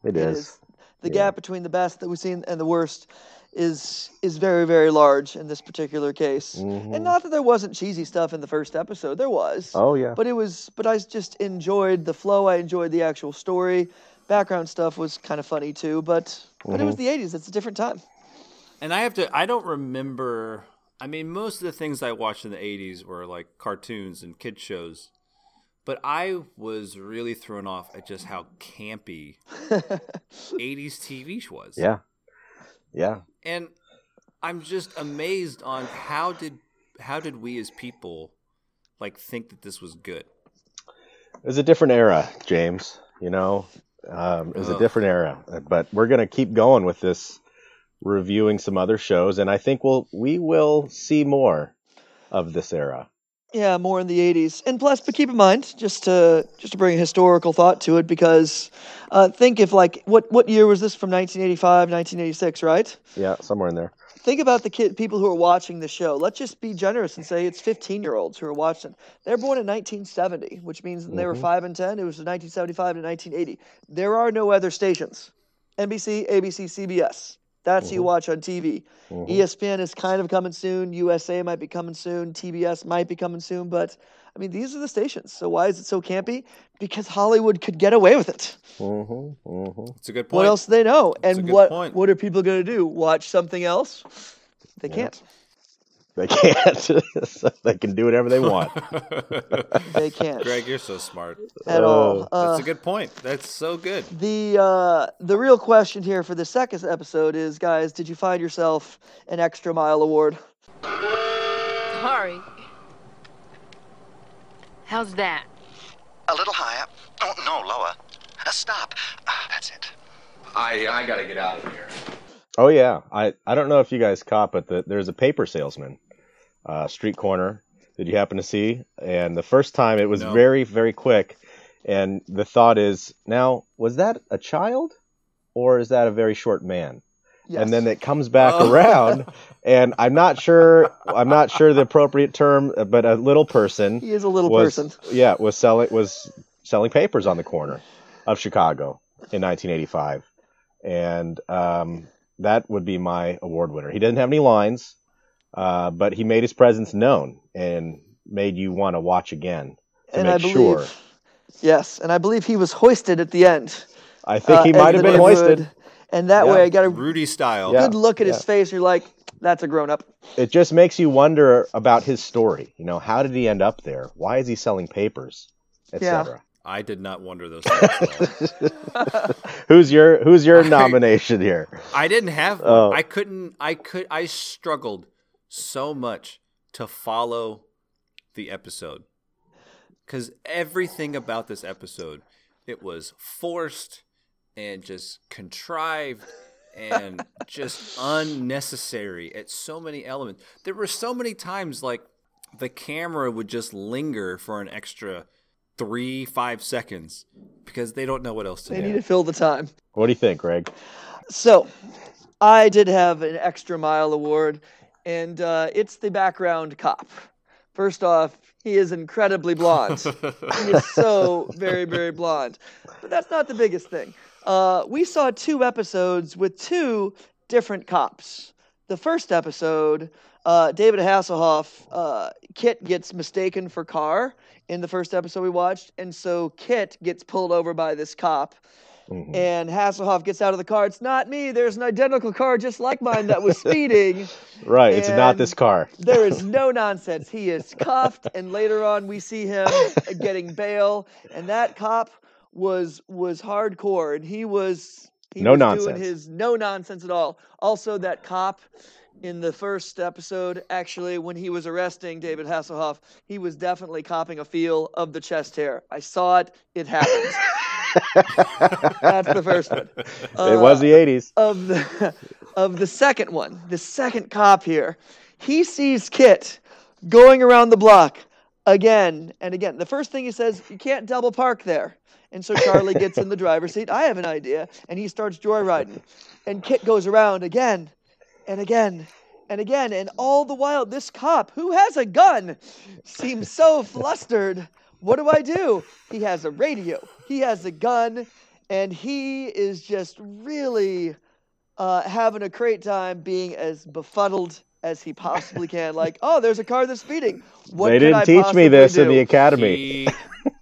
[SPEAKER 3] It
[SPEAKER 2] It
[SPEAKER 3] is.
[SPEAKER 2] is. the
[SPEAKER 3] Yeah.
[SPEAKER 2] gap between the best that we've seen and the worst is is very very large in this particular case.
[SPEAKER 3] Mhm.
[SPEAKER 2] And not that there wasn't cheesy stuff in the first episode, there was.
[SPEAKER 3] Oh yeah.
[SPEAKER 2] But it was but I just enjoyed the flow, I enjoyed the actual story. Background stuff was kind of funny too, but but it was the 80s, it's a different time.
[SPEAKER 1] And I have to. I don't remember. I mean, most of the things I watched in the '80s were like cartoons and kid shows, but I was really thrown off at just how campy '80s TV was.
[SPEAKER 3] yeah. Yeah.
[SPEAKER 1] and i'm just amazed on how did how did we as people like think that this was good
[SPEAKER 3] It was a different era, James. You know, um, it was a
[SPEAKER 1] Ugh.
[SPEAKER 3] different era. But we're gonna keep going with this, reviewing some other shows, and I think we'll we will see more of this era.
[SPEAKER 2] Yeah, more in the 80s. And plus, but keep in mind, just to just to bring a historical thought to it because uh, think if like what what year was this from 1985, 1986, right?
[SPEAKER 3] Yeah, somewhere in there.
[SPEAKER 2] think about the kid people who are watching the show. Let's just be generous and say it's 15 year olds who are watching. They're born in 1970, which means when they
[SPEAKER 1] Mm-hmm.
[SPEAKER 2] were 5 and 10, it was 1975 to 1980. There are no other stations NBC, ABC, CBS. That's
[SPEAKER 1] Mm-hmm.
[SPEAKER 2] who you watch on E TV. ESPN is kind of coming soon. USA might be coming soon. TBS might be coming soon. But I mean, these are the stations. So why is it so campy? Because Hollywood could get away with it.
[SPEAKER 3] Mm-hmm, mm-hmm.
[SPEAKER 1] it's a good point
[SPEAKER 2] What else do they know?
[SPEAKER 1] That's a
[SPEAKER 2] and
[SPEAKER 1] good
[SPEAKER 2] what
[SPEAKER 1] point.
[SPEAKER 2] what are people going to do? Watch something else? They can't.
[SPEAKER 3] They can't. So they can do whatever they want.
[SPEAKER 2] They can't
[SPEAKER 1] greg you're so smart
[SPEAKER 2] at all. Uh,
[SPEAKER 1] that's a good point that's so good
[SPEAKER 2] the uh, the real question here for the second episode is, guys, did you find yourself an extra mile award?
[SPEAKER 8] Sorry. How's that?
[SPEAKER 9] A little higher. Oh, no, lower. Uh, stop. Ah, that's it.
[SPEAKER 7] I, I gotta get out of here.
[SPEAKER 3] oh yeah. I I don't know if you guys caught, but the, there's a paper salesman, uh, street corner. Did you happen to see? And the first time it was
[SPEAKER 1] No.
[SPEAKER 3] very very quick, and the thought is now was that a child, or is that a very short man?
[SPEAKER 2] Yes.
[SPEAKER 3] and then it comes back around and i'm not sure i'm not sure the appropriate term but a little person
[SPEAKER 2] He is a little
[SPEAKER 3] was-
[SPEAKER 2] person.
[SPEAKER 3] yeah was selling was selling papers on the corner of chicago in 1985 and um, that would be my award winner he didn't have any lines uh, but he made his presence known and made you want to watch again to
[SPEAKER 2] and
[SPEAKER 3] make
[SPEAKER 2] I believe,
[SPEAKER 3] sure
[SPEAKER 2] yes, and I believe he was hoisted at the end.
[SPEAKER 3] i think he
[SPEAKER 2] uh,
[SPEAKER 3] might
[SPEAKER 2] as the
[SPEAKER 3] have been
[SPEAKER 2] neighborhood.
[SPEAKER 3] hoisted
[SPEAKER 2] And that way,
[SPEAKER 3] Yeah.
[SPEAKER 2] I got a
[SPEAKER 1] rudy style
[SPEAKER 3] Yeah.
[SPEAKER 2] good look at
[SPEAKER 3] yeah.
[SPEAKER 2] his face. You're like, that's a grown up.
[SPEAKER 3] it just makes you wonder about his story. You know, how did he end up there? Why is he selling papers,
[SPEAKER 2] Yeah.
[SPEAKER 3] etc.
[SPEAKER 1] I did not wonder those things at all.
[SPEAKER 3] Who's your Who's your nomination here?
[SPEAKER 1] I didn't have one.
[SPEAKER 3] Oh.
[SPEAKER 1] I couldn't I could I struggled so much to follow the episode. Cuz everything about this episode it was forced and just contrived and just unnecessary at so many elements. There were so many times like the camera would just linger for an extra 3 5 seconds because they don't know what else to
[SPEAKER 2] They
[SPEAKER 1] do.
[SPEAKER 2] need to fill the time.
[SPEAKER 3] What do you think, Greg?
[SPEAKER 2] So, I did have an extra mile award, and uh, it's the background cop. First off, he is incredibly blonde. he is so very, very blonde. But that's not the biggest thing. Uh, we saw two episodes with two different cops. The first episode, uh, David Hasselhoff, uh, Kit gets mistaken for Carr in the first episode we watched, and so Kit gets pulled over by this cop.
[SPEAKER 3] Mhm.
[SPEAKER 2] And Hasselhoff gets out of the car. It's not me. There's an identical car just like mine that was speeding.
[SPEAKER 3] Right, it's not
[SPEAKER 2] And-
[SPEAKER 3] this car.
[SPEAKER 2] there is no nonsense. He is cuffed, and later on we see him getting bail. And that cop was was hardcore, and he was he
[SPEAKER 3] No
[SPEAKER 2] was doing
[SPEAKER 3] nonsense.
[SPEAKER 2] his no nonsense at all. Also, that cop in the first episode, actually, when he was arresting David Hasselhoff, he was definitely copping a feel of the chest hair. I saw it. It happened. That's the first one.
[SPEAKER 3] it was
[SPEAKER 2] Uh,
[SPEAKER 3] the '80s.
[SPEAKER 2] of the of the second one, the second cop here, he sees Kit going around the block again and again. The first thing he says, "You can't double park there." And so Charlie gets in the driver's seat. I have an idea, and he starts joyriding. And Kit goes around again and again and again, and all the while this cop who has a gun seems so flustered. What do I do? He has a radio. He has a gun. And he is just really uh, having a great time being as befuddled as he possibly can. Like, oh, there's a car that's speeding. What
[SPEAKER 3] They
[SPEAKER 2] could
[SPEAKER 3] didn't
[SPEAKER 2] I
[SPEAKER 3] teach me
[SPEAKER 2] possibly
[SPEAKER 3] this in
[SPEAKER 2] do?
[SPEAKER 3] the academy.
[SPEAKER 1] He,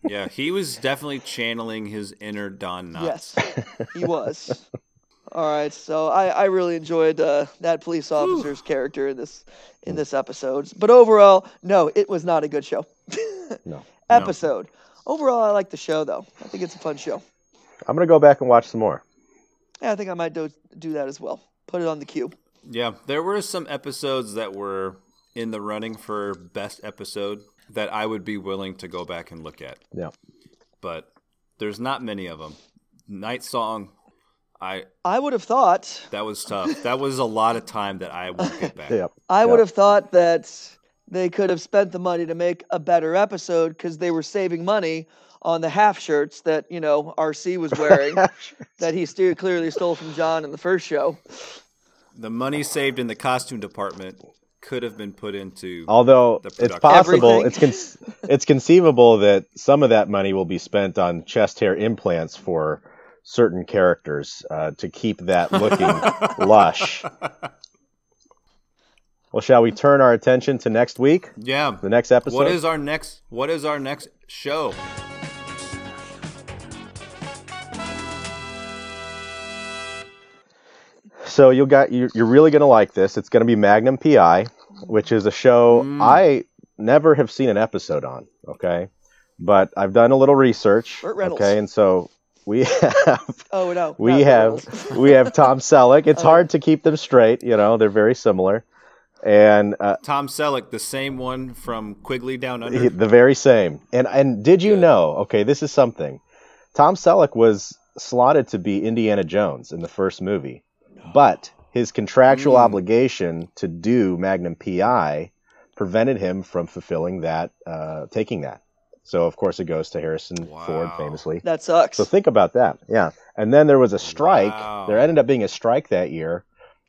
[SPEAKER 1] yeah, he was definitely channeling his inner Don Knotts.
[SPEAKER 2] Yes, he was. All right, so I, I really enjoyed uh, that police officer's character in this in this episode. But overall, no, it was not a good show.
[SPEAKER 3] No.
[SPEAKER 2] Episode. Overall, I like the show though. I think it's a fun show.
[SPEAKER 3] I'm gonna go back and watch some more.
[SPEAKER 2] Yeah, I think I might do do that as well. Put it on the queue.
[SPEAKER 1] Yeah, there were some episodes that were in the running for best episode that I would be willing to go back and look at,
[SPEAKER 3] Yeah.
[SPEAKER 1] but there's not many of them. Night Song, I
[SPEAKER 2] I would have thought
[SPEAKER 1] that was tough. That was a lot of time that I won't get back.
[SPEAKER 3] Yep.
[SPEAKER 2] I would
[SPEAKER 3] Yep.
[SPEAKER 2] have thought that they could have spent the money to make a better episode because they were saving money on the half shirts that you know RC was wearing that he steer- clearly stole from John in the first show.
[SPEAKER 1] The money saved in the costume department could have been put into
[SPEAKER 3] Although
[SPEAKER 1] The
[SPEAKER 3] it's
[SPEAKER 1] production.
[SPEAKER 3] possible,
[SPEAKER 2] Everything.
[SPEAKER 3] it's con- it's conceivable that some of that money will be spent on chest hair implants for certain characters uh, to keep that looking lush. Well, shall we turn our attention to next week,
[SPEAKER 1] yeah.
[SPEAKER 3] the next episode?
[SPEAKER 1] What is our next? What is our next show?
[SPEAKER 3] So you got you're, you're really gonna like this. It's gonna be Magnum PI, which is a show
[SPEAKER 2] Mm.
[SPEAKER 3] I never have seen an episode on. Okay, but I've done a little research.
[SPEAKER 2] Burt Reynolds.
[SPEAKER 3] Okay, and so we have
[SPEAKER 2] Oh no,
[SPEAKER 3] we
[SPEAKER 2] not the Reynolds. Oh,
[SPEAKER 3] have we have Tom Selleck. It's hard to keep them straight. You know, they're very similar, and uh,
[SPEAKER 1] Tom Selleck, the same one from Quigley Down Under.
[SPEAKER 3] he- the very same. And and did you know? Okay, this is something. Tom Selleck was slotted to be Indiana Jones in the first movie,
[SPEAKER 1] Oh.
[SPEAKER 3] but his contractual
[SPEAKER 1] Hmm.
[SPEAKER 3] obligation to do Magnum PI prevented him from fulfilling that, uh, taking that. So of course it goes to Harrison Ford
[SPEAKER 1] Wow.
[SPEAKER 3] famously.
[SPEAKER 2] that sucks.
[SPEAKER 3] So think about that. Yeah. And then there was a strike.
[SPEAKER 1] Wow.
[SPEAKER 3] There ended up being a strike that year,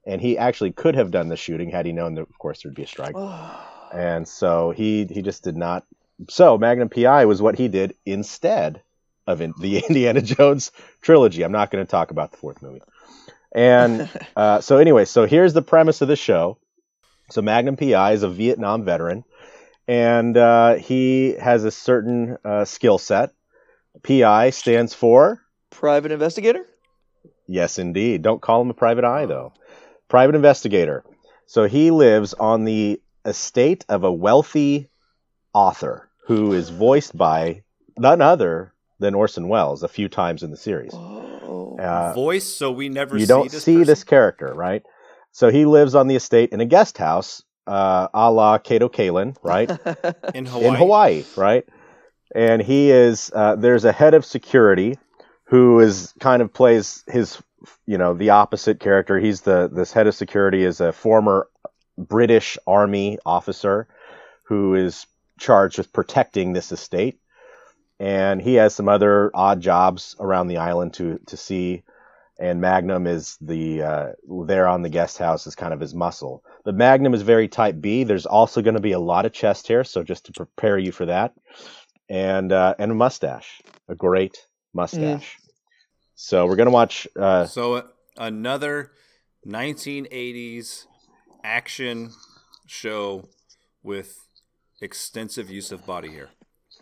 [SPEAKER 3] and he actually could have done the shooting had he known that, of course, there'd be a strike. and so he he just did not. So Magnum PI was what he did instead of in, the Indiana Jones trilogy. I'm not going to talk about the fourth movie. And uh, so anyway, so here's the premise of the show. So Magnum PI is a Vietnam veteran, and uh, he has a certain uh, skill set. PI stands for
[SPEAKER 2] Private investigator.
[SPEAKER 3] Yes, indeed. Don't call him a private eye, though. Private investigator. So he lives on the estate of a wealthy author who is voiced by none other than Orson Welles a few times in the series. Uh,
[SPEAKER 1] Voice, so we never see
[SPEAKER 3] you don't
[SPEAKER 1] this
[SPEAKER 3] see
[SPEAKER 1] person?
[SPEAKER 3] this character, right? So he lives on the estate in a guest house, uh, a la Cato Kalin, right?
[SPEAKER 1] in Hawaii.
[SPEAKER 3] in Hawaii, right? And he is uh, there's a head of security who is kind of plays his you know the opposite character. He's the this head of security is a former British Army officer who is charged with protecting this estate, and he has some other odd jobs around the island to to see. And Magnum is the uh, there on the guest house is kind of his muscle. But Magnum is very type B. There's also going to be a lot of chest hair, so just to prepare you for that, and uh, and a mustache, a great mustache. So we're gonna watch. Uh,
[SPEAKER 1] So uh, another 1980s action show with extensive use of body hair.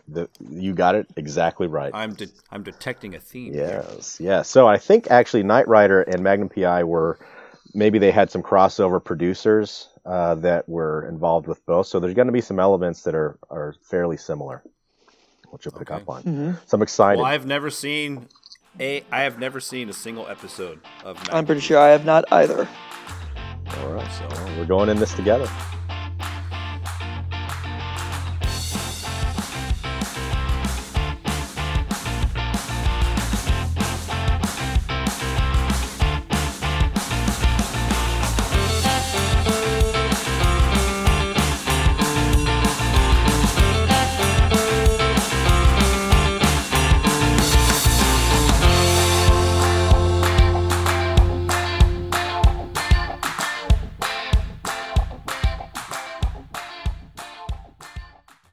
[SPEAKER 3] the, you got it exactly right.
[SPEAKER 1] I'm de- I'm detecting a theme. here.
[SPEAKER 3] Yes, yes. So I think actually Knight Rider and Magnum PI were maybe they had some crossover producers uh, that were involved with both. So there's going to be some elements that are are fairly similar, which you'll pick
[SPEAKER 1] Okay.
[SPEAKER 3] up on. So I'm excited.
[SPEAKER 1] Well, I've never seen a I have never seen a single episode of.
[SPEAKER 2] I'm
[SPEAKER 1] Magnum
[SPEAKER 2] pretty sure I have not either.
[SPEAKER 1] PI, so
[SPEAKER 3] We're going in this together.